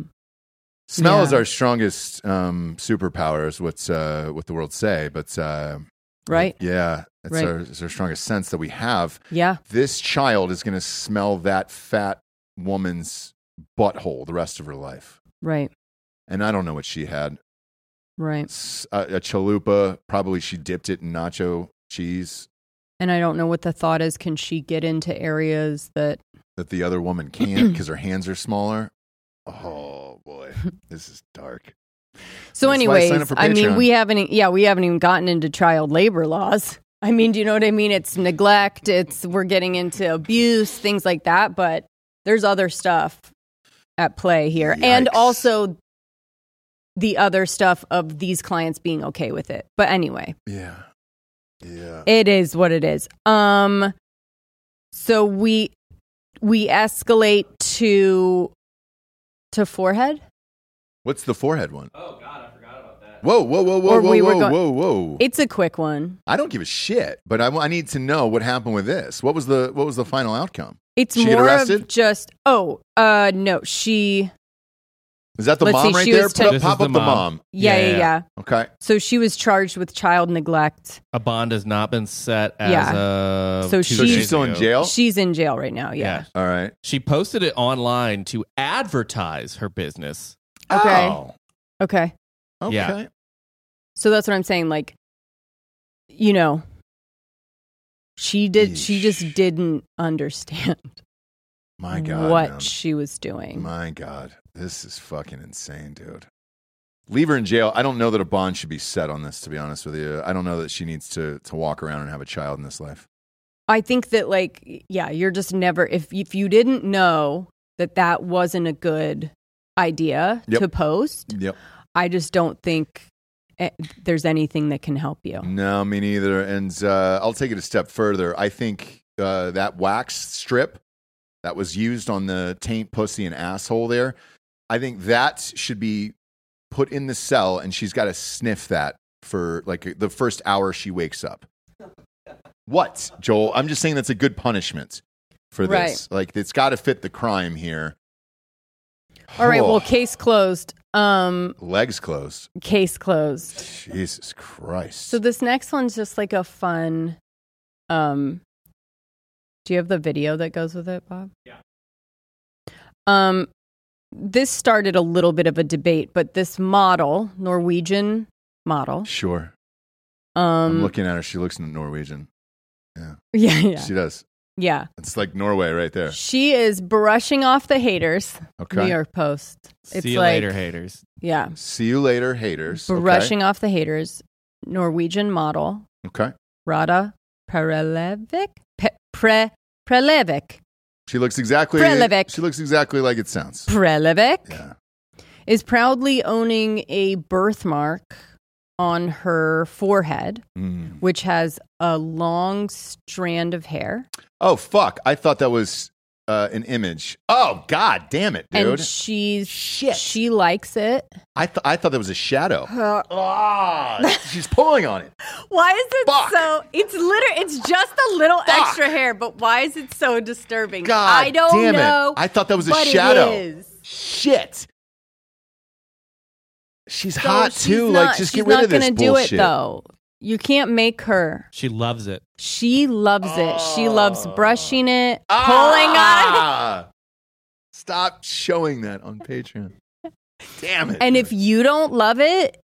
C: Smell is
D: Yeah.
C: our strongest um, superpower, is what's uh, what the world say. But uh,
D: right.
C: yeah, it's,
D: Right.
C: our, it's our strongest sense that we have.
D: Yeah,
C: This child is going to smell that fat woman's butthole the rest of her life
D: right,
C: and I don't know what she had.
D: right.
C: S- A, a chalupa, probably she dipped it in nacho cheese
D: And I don't know what the thought is. Can she get into areas that?
C: that the other woman can't
D: [CLEARS THROAT]
C: because her hands are smaller. Oh
D: [LAUGHS]
C: boy, this is dark.
D: So,
C: That's why I
D: anyways,
C: signed up for
D: I mean,
C: Patreon.
D: we haven't. e, Yeah, we haven't even gotten into child labor laws. I mean, do you know what I mean? It's neglect. It's we're getting into abuse, things like that. But there's other stuff at play here, and
C: Yikes.
D: also the other stuff of these clients being okay with it. But anyway,
C: Yeah, yeah.
D: it is what it is. Um, so we we escalate to to forehead.
C: What's the forehead one? Oh God, I forgot about that. Whoa, whoa, whoa, whoa,
D: Or
C: whoa,
D: we were
C: whoa,
D: going-
C: whoa, whoa.
D: It's a quick one.
C: I don't give a shit, but I, I need to know what happened with this. What was the what was the final outcome?
D: It's
C: She get
D: more of
C: arrested?
D: just oh uh no she
C: Is that the
D: Let's see,
C: mom right
D: she
C: there?
D: was
C: Put up-
G: ten-
C: pop
G: This
C: up
G: is
C: the
G: the
C: mom.
G: mom.
D: yeah yeah,
G: Yeah.
D: yeah
C: Okay.
D: so she was charged with child neglect
G: a bond has not been set as
D: Yeah.
G: of
D: So
G: two
D: she's-
C: So she's
G: days
C: still in
G: ago.
C: jail.
D: she's in jail right now yeah,
C: All right.
G: She posted it online to advertise her business.
D: okay
C: Oh,
D: okay
C: okay.
G: Yeah.
D: so that's what I'm saying like you know she did she just didn't understand
C: My God.
D: what
C: man.
D: she was doing
C: My God, this is fucking insane, dude. Leave her in jail. I don't know that a bond should be set on this. To be honest with you, I don't know that she needs to to walk around and have a child in this life.
D: I think that like yeah, you're just never if if you didn't know that that wasn't a good idea
C: Yep.
D: to post.
C: Yep.
D: I just don't think eh, there's anything that can help you.
C: No, me neither. And uh, I'll take it a step further. I think uh, that wax strip that was used on the taint, pussy, and asshole there. I think that should be put in the cell, and she's got to sniff that for like the first hour she wakes up. What, Joel? I'm just saying that's a good punishment for this. Like, it's got to fit the crime here.
D: All right. Well, case closed. Um,
C: Legs closed.
D: case closed.
C: Jesus Christ.
D: So this next one's just like a fun. Um, do you have the video that goes with it, Bob? Yeah. Um, this started a little bit of a debate, but this model, Norwegian model,
C: Sure. I'm
D: um,
C: looking at her. She looks Norwegian. Yeah.
D: [LAUGHS] Yeah, yeah.
C: She does.
D: yeah,
C: It's like Norway right there.
D: she is brushing off the haters.
C: Okay.
D: New York Post. It's
G: See you
D: like,
G: later, haters.
D: Yeah.
C: See you later, haters. Okay.
D: brushing off the haters. Norwegian model
C: Okay.
D: Rada Prelevic. Pe- Pre Prelevic.
C: She looks exactly.
D: Prelevic.
C: She looks exactly like it sounds.
D: Prelevic is proudly owning a birthmark on her forehead,
C: Mm.
D: which has a long strand of hair.
C: Oh fuck! I thought that was uh, an image. Oh god, damn it, dude!
D: And she's she likes it.
C: I th- I thought that was a shadow.
D: Uh, [LAUGHS]
C: Ah, she's pulling on it.
D: Why is it so? It's literally it's just a little extra hair, but why is it so disturbing?
C: God
D: I don't
C: damn it.
D: know.
C: I thought that was a
D: but it
C: shadow.
D: is.
C: Shit. She's
D: So
C: hot
D: she's
C: too.
D: not-
C: like, just
D: she's
C: get rid
D: not
C: of this
D: gonna
C: bullshit.
D: do it though. You can't make her.
G: She loves it.
D: She loves it. She loves
C: Oh.
D: brushing it, pulling on. it.
C: Ah, [LAUGHS] stop showing that on Patreon. Damn it.
D: And if you don't love it,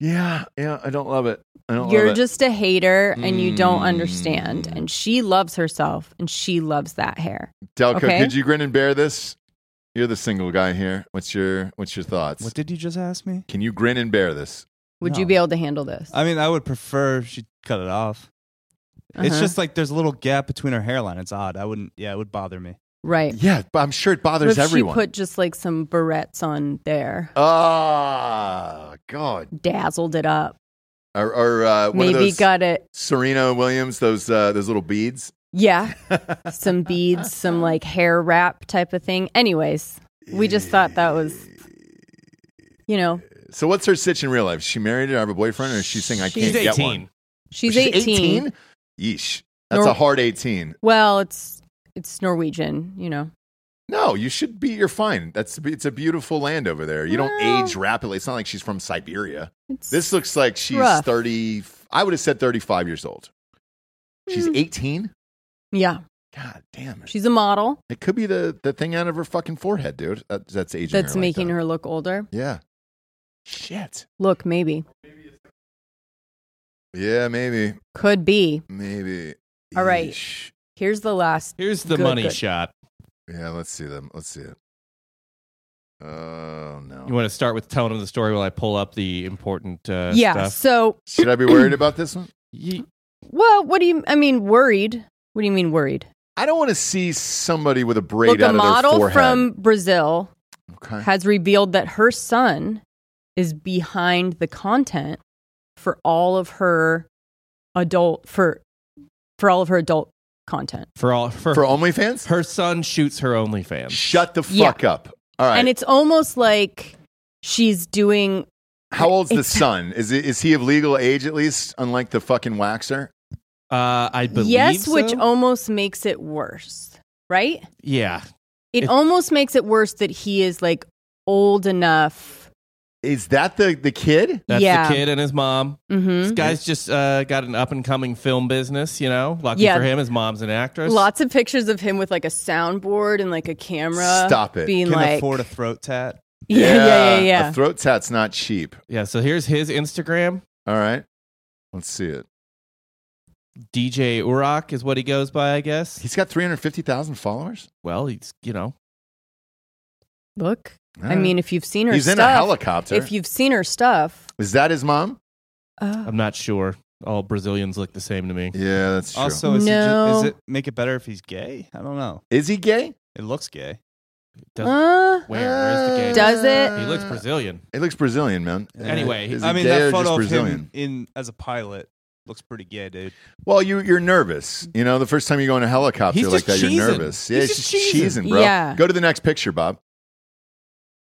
C: yeah, yeah, I don't love it. I don't
D: you're
C: love it. Mm.
D: just a hater and you don't understand. And she loves herself and she loves that hair.
C: Delco,
D: okay?
C: could you grin and bear this? You're the single guy here. What's your What's your thoughts?
F: What did you just ask me?
C: Can you grin and bear this?
D: Would you be able to handle this?
F: I mean, I would prefer if she cut it off. It's
D: Uh-huh.
F: just like there's a little gap between her hairline. It's odd. I wouldn't. Yeah, it would bother me.
D: Right.
C: Yeah, but I'm sure it
D: What if
C: bothers everyone.
D: She put just like some barrettes on there,
C: Ah, God.
D: dazzled it up.
C: Or, or uh, one of
D: Maybe
C: those
D: got it.
C: Serena Williams, those uh, those little beads.
D: Yeah. some beads, some like hair wrap type of thing. Anyways, [LAUGHS] we just thought that was, you know,
C: So what's her sitch in real life? Is she married or have a boyfriend, or is she saying I
D: She's
C: can't get
D: 18.
C: one?
D: she's,
C: She's
D: 18.
C: 18? Yeesh, that's
D: Nor-
C: a hard eighteen.
D: Well, it's it's Norwegian, you know.
C: No, you should be. You're fine. That's it's a beautiful land over there. You don't age rapidly. It's not like she's from Siberia. This looks like she's
D: rough.
C: thirty. I would have said thirty-five years old. She's
D: Hmm.
C: eighteen.
D: Yeah.
C: God damn it.
D: She's a model
C: It could be the the thing out of her fucking forehead, dude. That, that's aging.
D: that's
C: her like
D: making her look older.
C: that. Yeah. Shit.
D: Look, maybe.
C: Yeah, maybe,
D: Could be.
C: maybe.
D: All right. Here's the last.
G: Here's the
D: good-
G: money
D: good-
G: shot.
C: Yeah, let's see them. Let's see it. Oh no.
G: You want to start with telling them the story while I pull up the important uh,
D: Yeah.
G: stuff?
D: So,
C: Should I be worried about this one?
D: well, what do you, I mean, worried? What do you mean worried?
C: I don't want to see somebody with a braid
D: Look, a
C: out of their
D: model
C: forehead.
D: from Brazil
C: Okay.
D: has revealed that her son is behind the content for all of her adult for for all of her adult content.
G: For all for,
C: For OnlyFans?
G: Her son shoots her OnlyFans.
C: Shut the
D: Yeah.
C: fuck up. All right.
D: And it's almost like she's doing
C: How old's the
D: it's- [LAUGHS]
C: son? Is it, is he of legal age at least? Unlike the fucking waxer.
G: Uh, I believe
D: yes, which
G: so.
D: almost makes it worse, right?
G: yeah.
D: It,
G: It-
D: almost makes it worse that he is like old enough.
C: Is that the the kid?
G: That's
D: Yeah.
G: the kid and his mom.
D: Mhm.
G: This guy's just uh, got an up and coming film business, you know. Lucky
D: Yeah.
G: for him, his mom's an actress.
D: Lots of pictures of him with like a soundboard and like a camera.
C: Stop it.
D: Being [LAUGHS]
F: Can
D: like,
F: afford a throat tat.
D: yeah, yeah, yeah, yeah.
C: A throat tat's not cheap.
G: Yeah. So here's his Instagram.
C: All right. Let's see it.
G: DJ Urak is what he goes by, I guess.
C: He's got 350,000 followers.
G: Well, he's you know
D: Look,
C: All
D: I
C: right.
D: mean, if you've seen her,
C: Mm. He's in
D: stuff,
C: a helicopter.
D: If you've seen her stuff,
C: Is that his mom?
D: uh,
G: I'm not sure. All Brazilians look the same to me.
C: Yeah, that's true.
F: Also, is, he ju-
D: No.
F: is it make it better if he's gay? I don't know.
C: is he gay?
F: It looks gay.
G: Does,
D: uh,
G: where? Where's the gay?
D: does it?
G: He looks Brazilian.
C: It looks Brazilian, man.
G: Anyway,
C: is he
F: I mean,
C: gay
F: that
C: or just
F: photo of
C: Brazilian?
F: him in as a pilot looks pretty gay, dude.
C: Well, you you're nervous. You know, the first time you go in a helicopter
G: He's
C: like
G: just
C: that, you're
G: cheesing.
C: nervous.
G: He's
C: yeah,
G: just
C: she's
G: cheesing.
C: cheesing, bro.
D: Yeah.
C: Go to the next picture, Bob.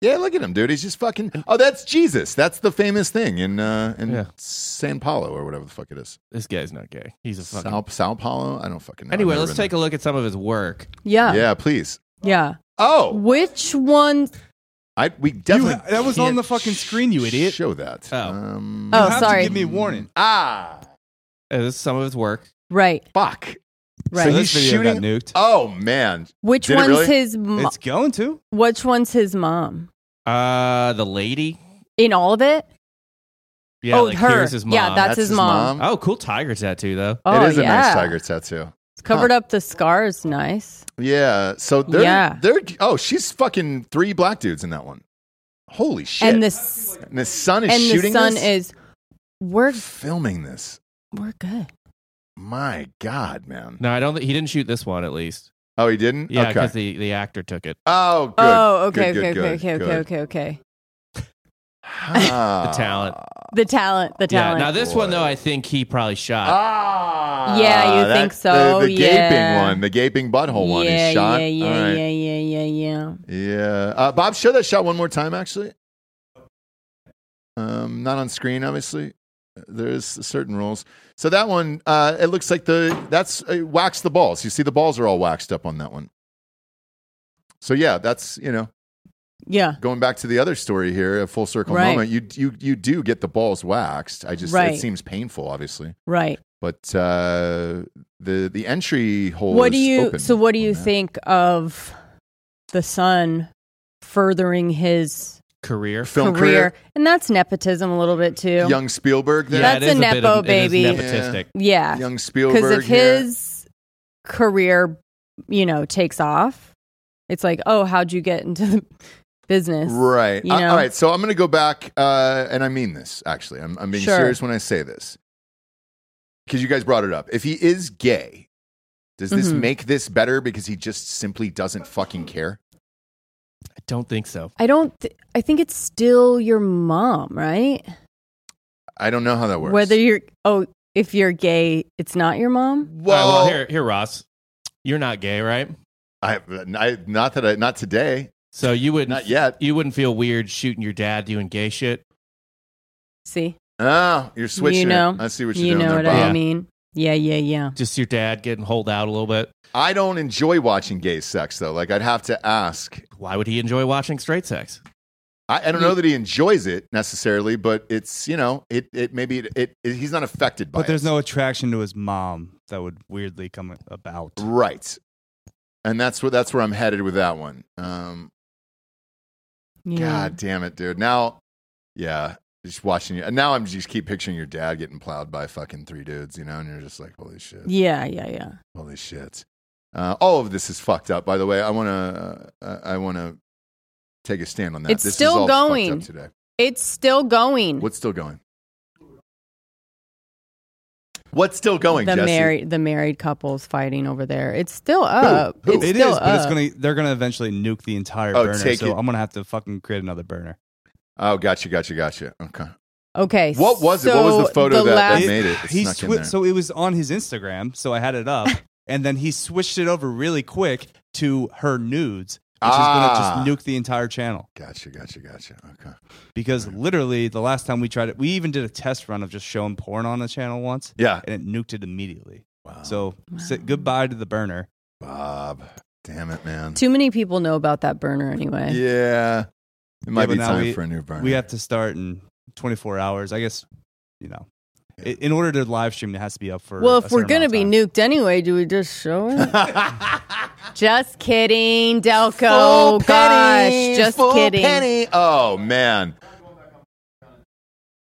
C: Yeah, look at him, dude. He's just fucking. Oh, that's Jesus. That's the famous thing in uh, in
G: Yeah.
C: San Paulo or whatever the fuck it is.
G: This guy's not gay. He's a fucking.
C: Sao, Sao Paulo. I don't fucking know.
G: anyway, let's take a look at some of his work.
D: yeah, yeah,
C: Yeah, please.
D: yeah.
C: Oh,
D: Which one?
C: I we definitely
F: that was on
C: can't
F: the fucking screen, you idiot.
C: Show that. Um,
D: Oh, sorry.
F: give me a warning.
C: Ah,
G: Uh, this is some of his work.
D: Right.
C: Fuck.
D: Right.
C: So he's shooting.
F: nuked.
C: Oh man,
D: Which
C: Did it
D: one's
C: really?
D: his? Mo-
F: It's going to.
D: which one's his mom?
G: Uh, the lady.
D: In all of it?
G: Yeah,
D: Oh,
G: like
D: her.
G: here's his mom.
D: Yeah, that's That's his his mom.
G: Oh, cool tiger tattoo though.
D: Oh,
C: it is a
D: yeah.
C: nice tiger tattoo.
D: It's covered up the scars. Nice.
C: Yeah. So they're
D: Yeah.
C: they're oh she's fucking three black dudes in that one. Holy shit!
D: And this
C: And the sun is
D: and the
C: shooting.
D: son
C: this?
D: is we're
C: filming this.
D: we're good.
C: My God, man.
G: No, I don't. think He didn't shoot this one. At least.
C: Oh, he didn't.
G: Yeah,
C: Okay.
G: because the the actor took it.
C: Oh, good.
D: oh, okay,
C: Good, good,
D: okay,
C: good,
D: okay, okay,
C: good.
D: okay, okay.
C: Ah.
G: [LAUGHS] The talent.
D: The talent, the
G: Yeah.
D: talent. Oh.
G: Now this one though, I think he probably shot.
C: Ah,
D: Yeah, you
C: that-
D: think so,
C: The, the gaping
D: yeah.
C: one, the gaping butthole one.
D: yeah,
C: he shot.
D: yeah, yeah,
C: All right.
D: yeah, yeah, yeah, yeah.
C: Yeah. Uh, Bob, show that shot one more time, actually. Um, not on screen, obviously. There's certain rules. So that one, uh, it looks like the that's uh, wax the balls. You see, the balls are all waxed up on that one. So yeah, that's you know
D: Yeah.
C: going back to the other story here, a full circle
D: Right.
C: moment. You you you do get the balls waxed. I just
D: Right.
C: it seems painful, obviously.
D: Right.
C: But uh, the the entry hole.
D: What do
C: is
D: you
C: open
D: so what do
C: on
D: you
C: that.
D: think of the son furthering his
G: Career.
C: Film
D: career?
C: career,
D: And that's nepotism a little bit too.
C: young Spielberg. There.
G: Yeah,
D: That's
G: it is
D: a
G: bit of-
D: nepo
G: it is
D: baby.
G: nepotistic.
D: yeah.
C: young Spielberg.
D: Because if
C: here.
D: his career, you know, takes off, it's like, oh, how'd you get into the [LAUGHS] business?
C: Right.
D: You
C: Uh,
D: know?
C: all right. So I'm going to go back, uh, and I mean this actually. I'm, I'm being
D: Sure.
C: serious when I say this because you guys brought it up. If he is gay, does this
D: Mhm.
C: make this better because he just simply doesn't fucking care?
G: I don't think so.
D: I don't. Th- I think it's still your mom, right?
C: I don't know how that works.
D: Whether you're oh, if you're gay, it's not your mom.
C: well,
G: All right, well, here, here, Ross, you're not gay, right?
C: I, I, not that I, not today,
G: So you wouldn't
C: not yet.
G: you wouldn't feel weird shooting your dad doing gay shit.
D: See,
C: Oh, you're switching.
D: you
C: it.
D: know,
C: I see what you're
D: you
C: doing
D: know
C: there,
D: what
C: Bob.
D: I mean. Yeah, yeah, yeah.
G: Just your dad getting holed out a little bit.
C: I don't enjoy watching gay sex though. Like I'd have to ask.
G: Why would he enjoy watching straight sex?
C: I, I don't know that he enjoys it necessarily, but it's you know it it maybe it, it, he's not affected by
F: But
C: it.
F: there's no attraction to his mom that would weirdly come about.
C: Right. And that's where that's where I'm headed with that one. Um,
D: yeah.
C: God damn it, dude. Now, yeah, just watching you. And now I'm just keep picturing your dad getting plowed by fucking three dudes, you know, and you're just like, holy shit,
D: Yeah, yeah, yeah.
C: holy shit. Uh, all of this is fucked up, by the way. I want to, uh, I want to take a stand on that.
D: It's
C: This is
D: still
C: all fucked up
D: going.
C: today.
D: It's still [LAUGHS] going.
C: What's still going? What's still going?
D: the
C: Jesse?
D: married the married couples fighting over there. It's still up.
C: Who?
D: It's
F: It is,
D: still uh, up.
F: but it's gonna. They're gonna eventually nuke the entire
C: Oh,
F: burner.
C: take
F: So
C: it.
F: I'm gonna have to fucking create another burner.
C: Oh, gotcha, gotcha, gotcha. Okay.
D: Okay.
C: What was it? What was the
D: so
C: photo that- that
D: last-
C: I made it. It
F: He
C: snuck in
F: swi-
C: there.
F: so it was on his Instagram. So I had
D: [LAUGHS]
F: it up, and then he switched it over really quick to her nudes, which
C: Ah.
F: is gonna just nuke the entire channel.
C: Gotcha, gotcha, gotcha. Okay.
F: Because literally, the last time we tried it, we even did a test run of just showing porn on the channel once,
C: Yeah.
F: and it nuked it immediately.
C: Wow.
F: So say goodbye to the burner.
C: Bob. Damn it, man.
D: Too many people know about that burner anyway.
C: Yeah. It might
F: Yeah, but
C: be
F: now
C: time
F: we-
C: for a new burner.
F: We
C: [LAUGHS]
F: have to start in 24 hours. I guess, you know, i in order to live stream, it has to be up for.
D: Well,
F: a
D: if we're
F: certain amount
D: gonna
F: of
D: be
F: time.
D: nuked anyway, do we just
C: [LAUGHS]
D: show it? just kidding, Delco.
C: Full
D: Gosh,
C: penny,
D: just
C: full
D: kidding.
C: penny. Oh man.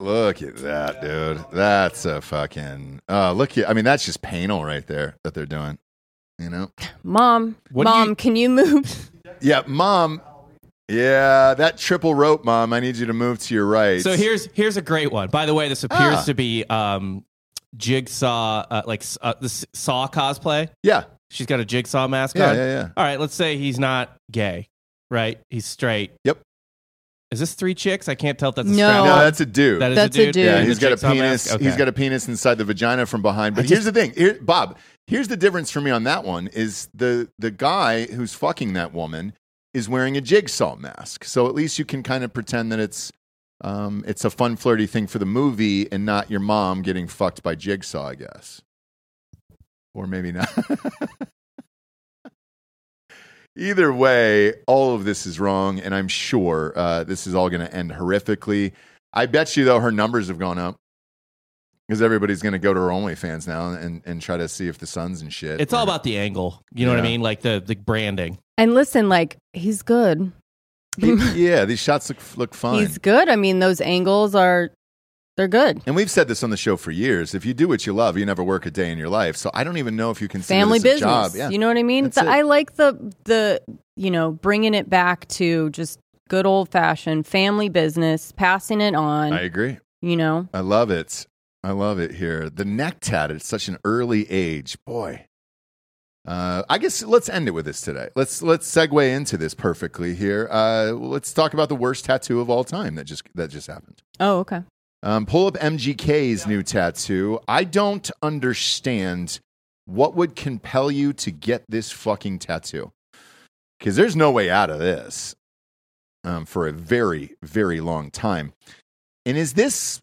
C: Look at that, dude. That's a fucking uh look at I mean that's just penal right there that they're doing. You know?
D: Mom,
G: What do
D: mom,
G: you-
D: can you move?
C: Yeah, mom. Yeah, that triple rope, mom. I need you to move to your right.
G: So here's here's a great one. By the way, this appears
C: Ah.
G: to be um, jigsaw uh, like s- uh, the s- saw cosplay.
C: Yeah.
G: She's got a jigsaw mask
C: Yeah,
G: on.
C: yeah, yeah.
G: All right, let's say he's not gay, right? He's straight.
C: Yep.
G: Is this three chicks? I can't tell if that's a
D: No.
G: strap-on.
C: No, that's a dude.
G: That is
D: That's a
G: a dude.
D: dude.
C: Yeah,
G: And
C: he's
G: the
C: got a
G: jigsaw
C: penis.
G: mask?
C: He's
G: Okay.
C: got a penis inside the vagina from behind. But here's the thing, Here- Bob. Here's the difference for me on that one is the the guy who's fucking that woman is wearing a jigsaw mask. So at least you can kind of pretend that it's um, it's a fun flirty thing for the movie and not your mom getting fucked by jigsaw, I guess. Or maybe not. Either way, all of this is wrong, and I'm sure uh, this is all going to end horrifically. I bet you, though, her numbers have gone up because everybody's going to go to her OnlyFans now and, and try to see if the sun's and shit.
G: It's
C: [LAUGHS]
G: all about the angle. You know what I
C: Yeah.
G: mean? Like the the branding.
D: And listen, like he's good.
C: yeah, these shots look look fun.
D: He's good. I mean, those angles are they're good.
C: And we've said this on the show for years. If you do what you love, you never work a day in your life. So I don't even know if you consider
D: Family
C: this a job.
D: business.
C: Yeah.
D: You know what I mean?
C: That's
D: The-
C: it.
D: I like the the you know bringing it back to just good old fashioned family business, passing it on.
C: I agree.
D: You know,
C: I love it. I love it here. The neck tat at such an early age, boy. Uh, I guess let's end it with this today. Let's let's segue into this perfectly here. Uh, let's talk about the worst tattoo of all time that just that just happened.
D: Oh, okay.
C: Um, pull up MGK's new tattoo. I don't understand what would compel you to get this fucking tattoo because there's no way out of this um, for a very, very long time. And is this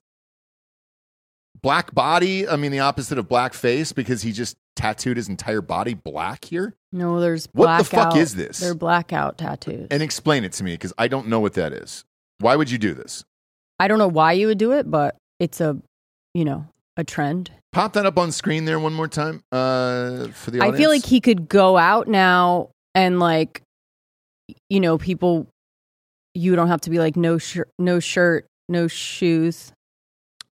C: black body? I mean, the opposite of black face because he just tattooed his entire body black here?
D: no, there's
C: What the fuck
D: blackout-
C: is this?
D: They're blackout tattoos.
C: And explain it to me because I don't know what that is. Why would you do this?
D: I don't know why you would do it, but it's a you know a trend.
C: Pop that up on screen there one more time uh, for the audience.
D: I feel like he could go out now and like, you know, people. You don't have to be like no shirt, no shirt, no shoes.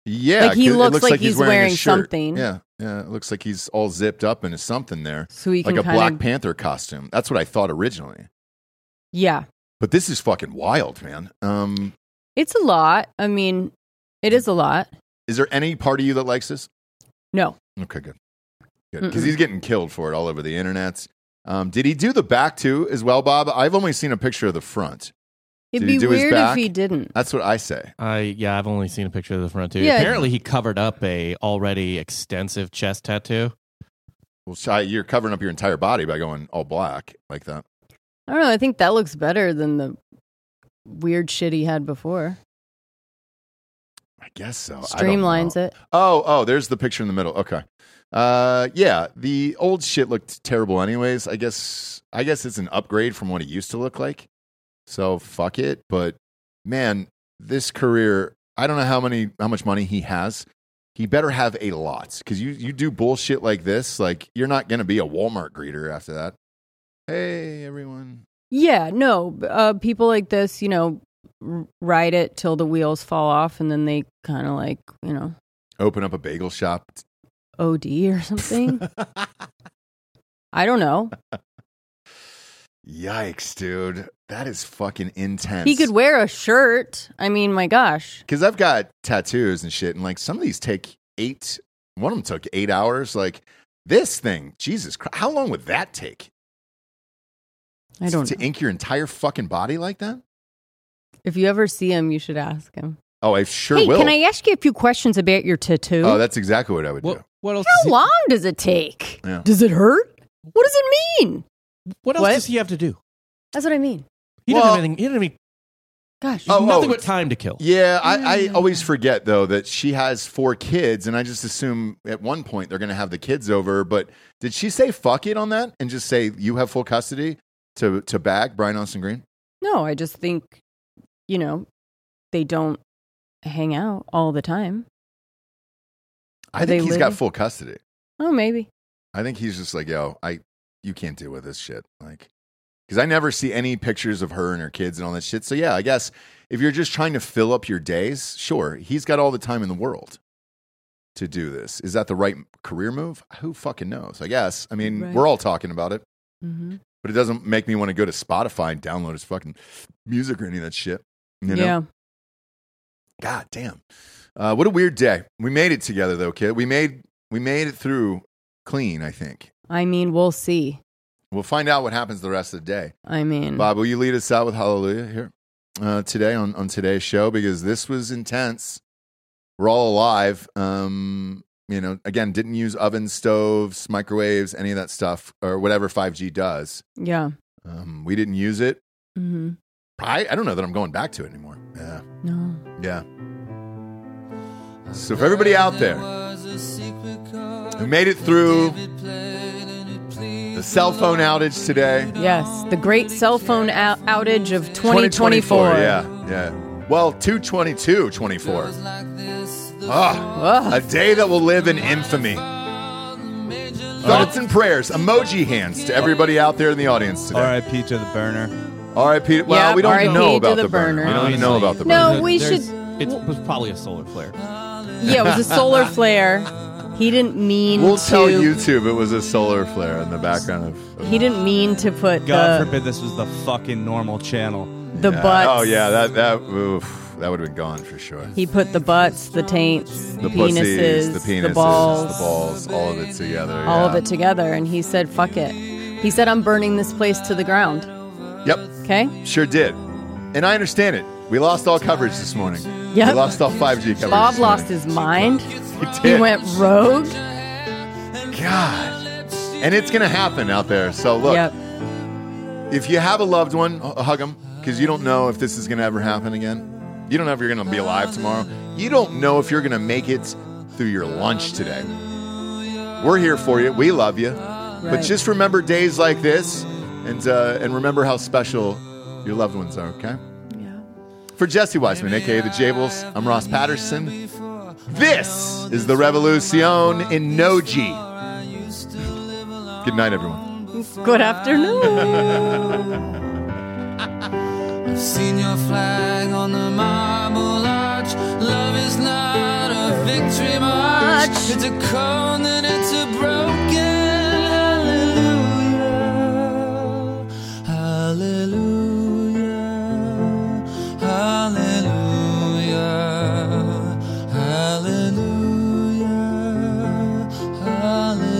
C: Yeah,
D: Like, he
C: 'cause it
D: looks like
C: he's,
D: he's
C: wearing, a
D: wearing
C: shirt.
D: something.
C: Yeah, yeah, it looks like he's all zipped up into something there.
D: So he
C: like
D: can
C: a
D: kinda-
C: Black Panther costume. That's what I thought originally,
D: Yeah,
C: but this is fucking wild, man. Um,
D: it's a lot. I mean, it is a lot.
C: is there any part of you that likes this?
D: No,
C: Okay, good, good, because
D: Mm-mm.
C: he's getting killed for it all over the internet. Um, did he do the back too as well, Bob? I've only seen a picture of the front.
D: it'd
C: Did he
D: be
C: do his
D: weird if
C: back?
D: he didn't.
C: That's what I say.
G: I yeah, I've only seen a picture of the front too.
D: Yeah.
G: Apparently, he covered up a already extensive chest tattoo.
C: Well, Shai, you're covering up your entire body by going all black like that.
D: I don't know. I think that looks better than the weird shit he had before.
C: I guess so. I don't
D: Streamlines
C: know.
D: it.
C: Oh, oh, there's the picture in the middle. Okay. Uh, yeah, the old shit looked terrible anyways. I guess I guess it's an upgrade from what it used to look like. So fuck it, but man, this career, I don't know how many how much money he has. He better have a lot cuz you you do bullshit like this, like you're not going to be a Walmart greeter after that. Hey everyone.
D: Yeah, no. b- Uh, people like this, you know, r- ride it till the wheels fall off, and then they kind of like, you know,
C: Open up a bagel shop.
D: OD
C: [LAUGHS]
D: or something. I don't know.
C: Yikes, dude. That is fucking intense.
D: He could wear a shirt. I mean, my gosh.
C: because I've got tattoos and shit, and like some of these take eight. One of them took eight hours. Like this thing, Jesus Christ, how long would that take?
D: I don't
C: to ink your entire fucking body like that.
D: If you ever see him, you should ask him.
C: Oh, I sure
D: hey,
C: will.
D: can I ask you a few questions about your tattoo?
C: oh, that's exactly what I would do.
G: What, what else?
D: How long does it take?
C: Yeah.
D: Does it hurt? What does it mean?
G: What else
D: What?
G: does he have to do?
D: That's what I mean.
G: He
C: Well-
G: doesn't have anything. He doesn't have any,
D: Gosh.
C: Oh,
G: nothing
C: oh.
G: but time to kill.
C: Yeah, I, I always forget though that she has four kids, and I just assume at one point they're going to have the kids over. But did she say fuck it on that and just say you have full custody to to bag Brian Austin Green?
D: No, I just think, you know, they don't hang out all the time.
C: I
D: Are
C: think
D: they
C: he's got
D: living?
C: full custody.
D: Oh, maybe.
C: I think he's just like, yo, I you can't deal with this shit. Like because I never see any pictures of her and her kids and all that shit. So yeah, I guess if you're just trying to fill up your days, sure, he's got all the time in the world to do this. Is that the right career move? Who fucking knows? I guess. I mean,
D: Right.
C: we're all talking about it,
D: Mm-hmm.
C: but it doesn't make me want to go to Spotify and download his fucking music or any of that shit. You know?
D: Yeah.
C: God damn. Uh, what a weird day. We made it together though, kid. We made we made it through clean, I think.
D: I mean, we'll see.
C: We'll find out what happens the rest of the day.
D: I mean,
E: Hmm.
C: Bob, will you lead us out with Hallelujah here uh, today on, on today's show? Because this was intense. We're all alive. Um, you know, again, didn't use ovens, stoves, microwaves, any of that stuff, or whatever 5G does.
D: yeah.
C: Um, we didn't use it.
D: hmm
C: I, I don't know that I'm going back to it anymore. Yeah.
D: No.
C: Yeah. So, for everybody out there
E: Was a secret
C: who made it through
E: played and it pleased
C: The cell phone outage today.
D: Yes, the great cell phone ou- outage of 2024.
C: Yeah, yeah. Well, 222 24. Ah, a day that will live in infamy. Thoughts and prayers, emoji hands to everybody out there in the audience today.
F: R.I.P. to the burner.
C: R.I.P. Well,
D: Yeah,
C: we don't
D: RIP
C: know
D: to
C: about
D: the
C: the burner.
D: burner.
C: We don't even know about the burner.
D: No, we
G: There's-
D: should.
G: It was probably a solar flare.
D: Yeah, it was a
C: [LAUGHS]
D: solar flare. He didn't mean
C: We'll
D: to.
C: tell YouTube it was a solar flare in the background of.
D: He didn't mean to put
F: God
D: the,
F: forbid this was the fucking normal channel.
D: the
C: Yeah.
D: butts.
C: Oh yeah, that that oof, that would have been gone for sure.
D: He put the butts, the taints,
C: The
D: the
C: pussies,
D: penises,
C: the penises, the balls,
D: balls,
C: all of it together.
D: all
C: yeah.
D: of it together, and he said, "Fuck it." He said, "I'm burning this place to the ground."
C: Yep.
D: Okay.
C: Sure did. And I understand it. We lost all coverage this morning.
D: Yep.
C: We lost all 5G coverage.
D: Bob
C: this
D: lost
C: morning.
D: his mind.
C: did.
D: He went rogue.
C: God. And it's going to happen out there. So look,
D: Yep.
C: if you have a loved one, h- hug them because you don't know if this is going to ever happen again. You don't know if you're going to be alive tomorrow. You don't know if you're going to make it through your lunch today. We're here for you. We love you. But
D: Right.
C: just remember days like this and, uh, and remember how special your loved ones are, okay? For Jesse Weisman, aka The Jables, I'm Ross Patterson. This is the Revolucion in Noji. Good night, everyone.
D: Good afternoon.
E: I've seen your flag on the marble arch. Love is not a victory march.
D: March.
E: It's a cold and it's a broken hallelujah. Hallelujah. Hallelujah. Hallelujah. Hallelujah.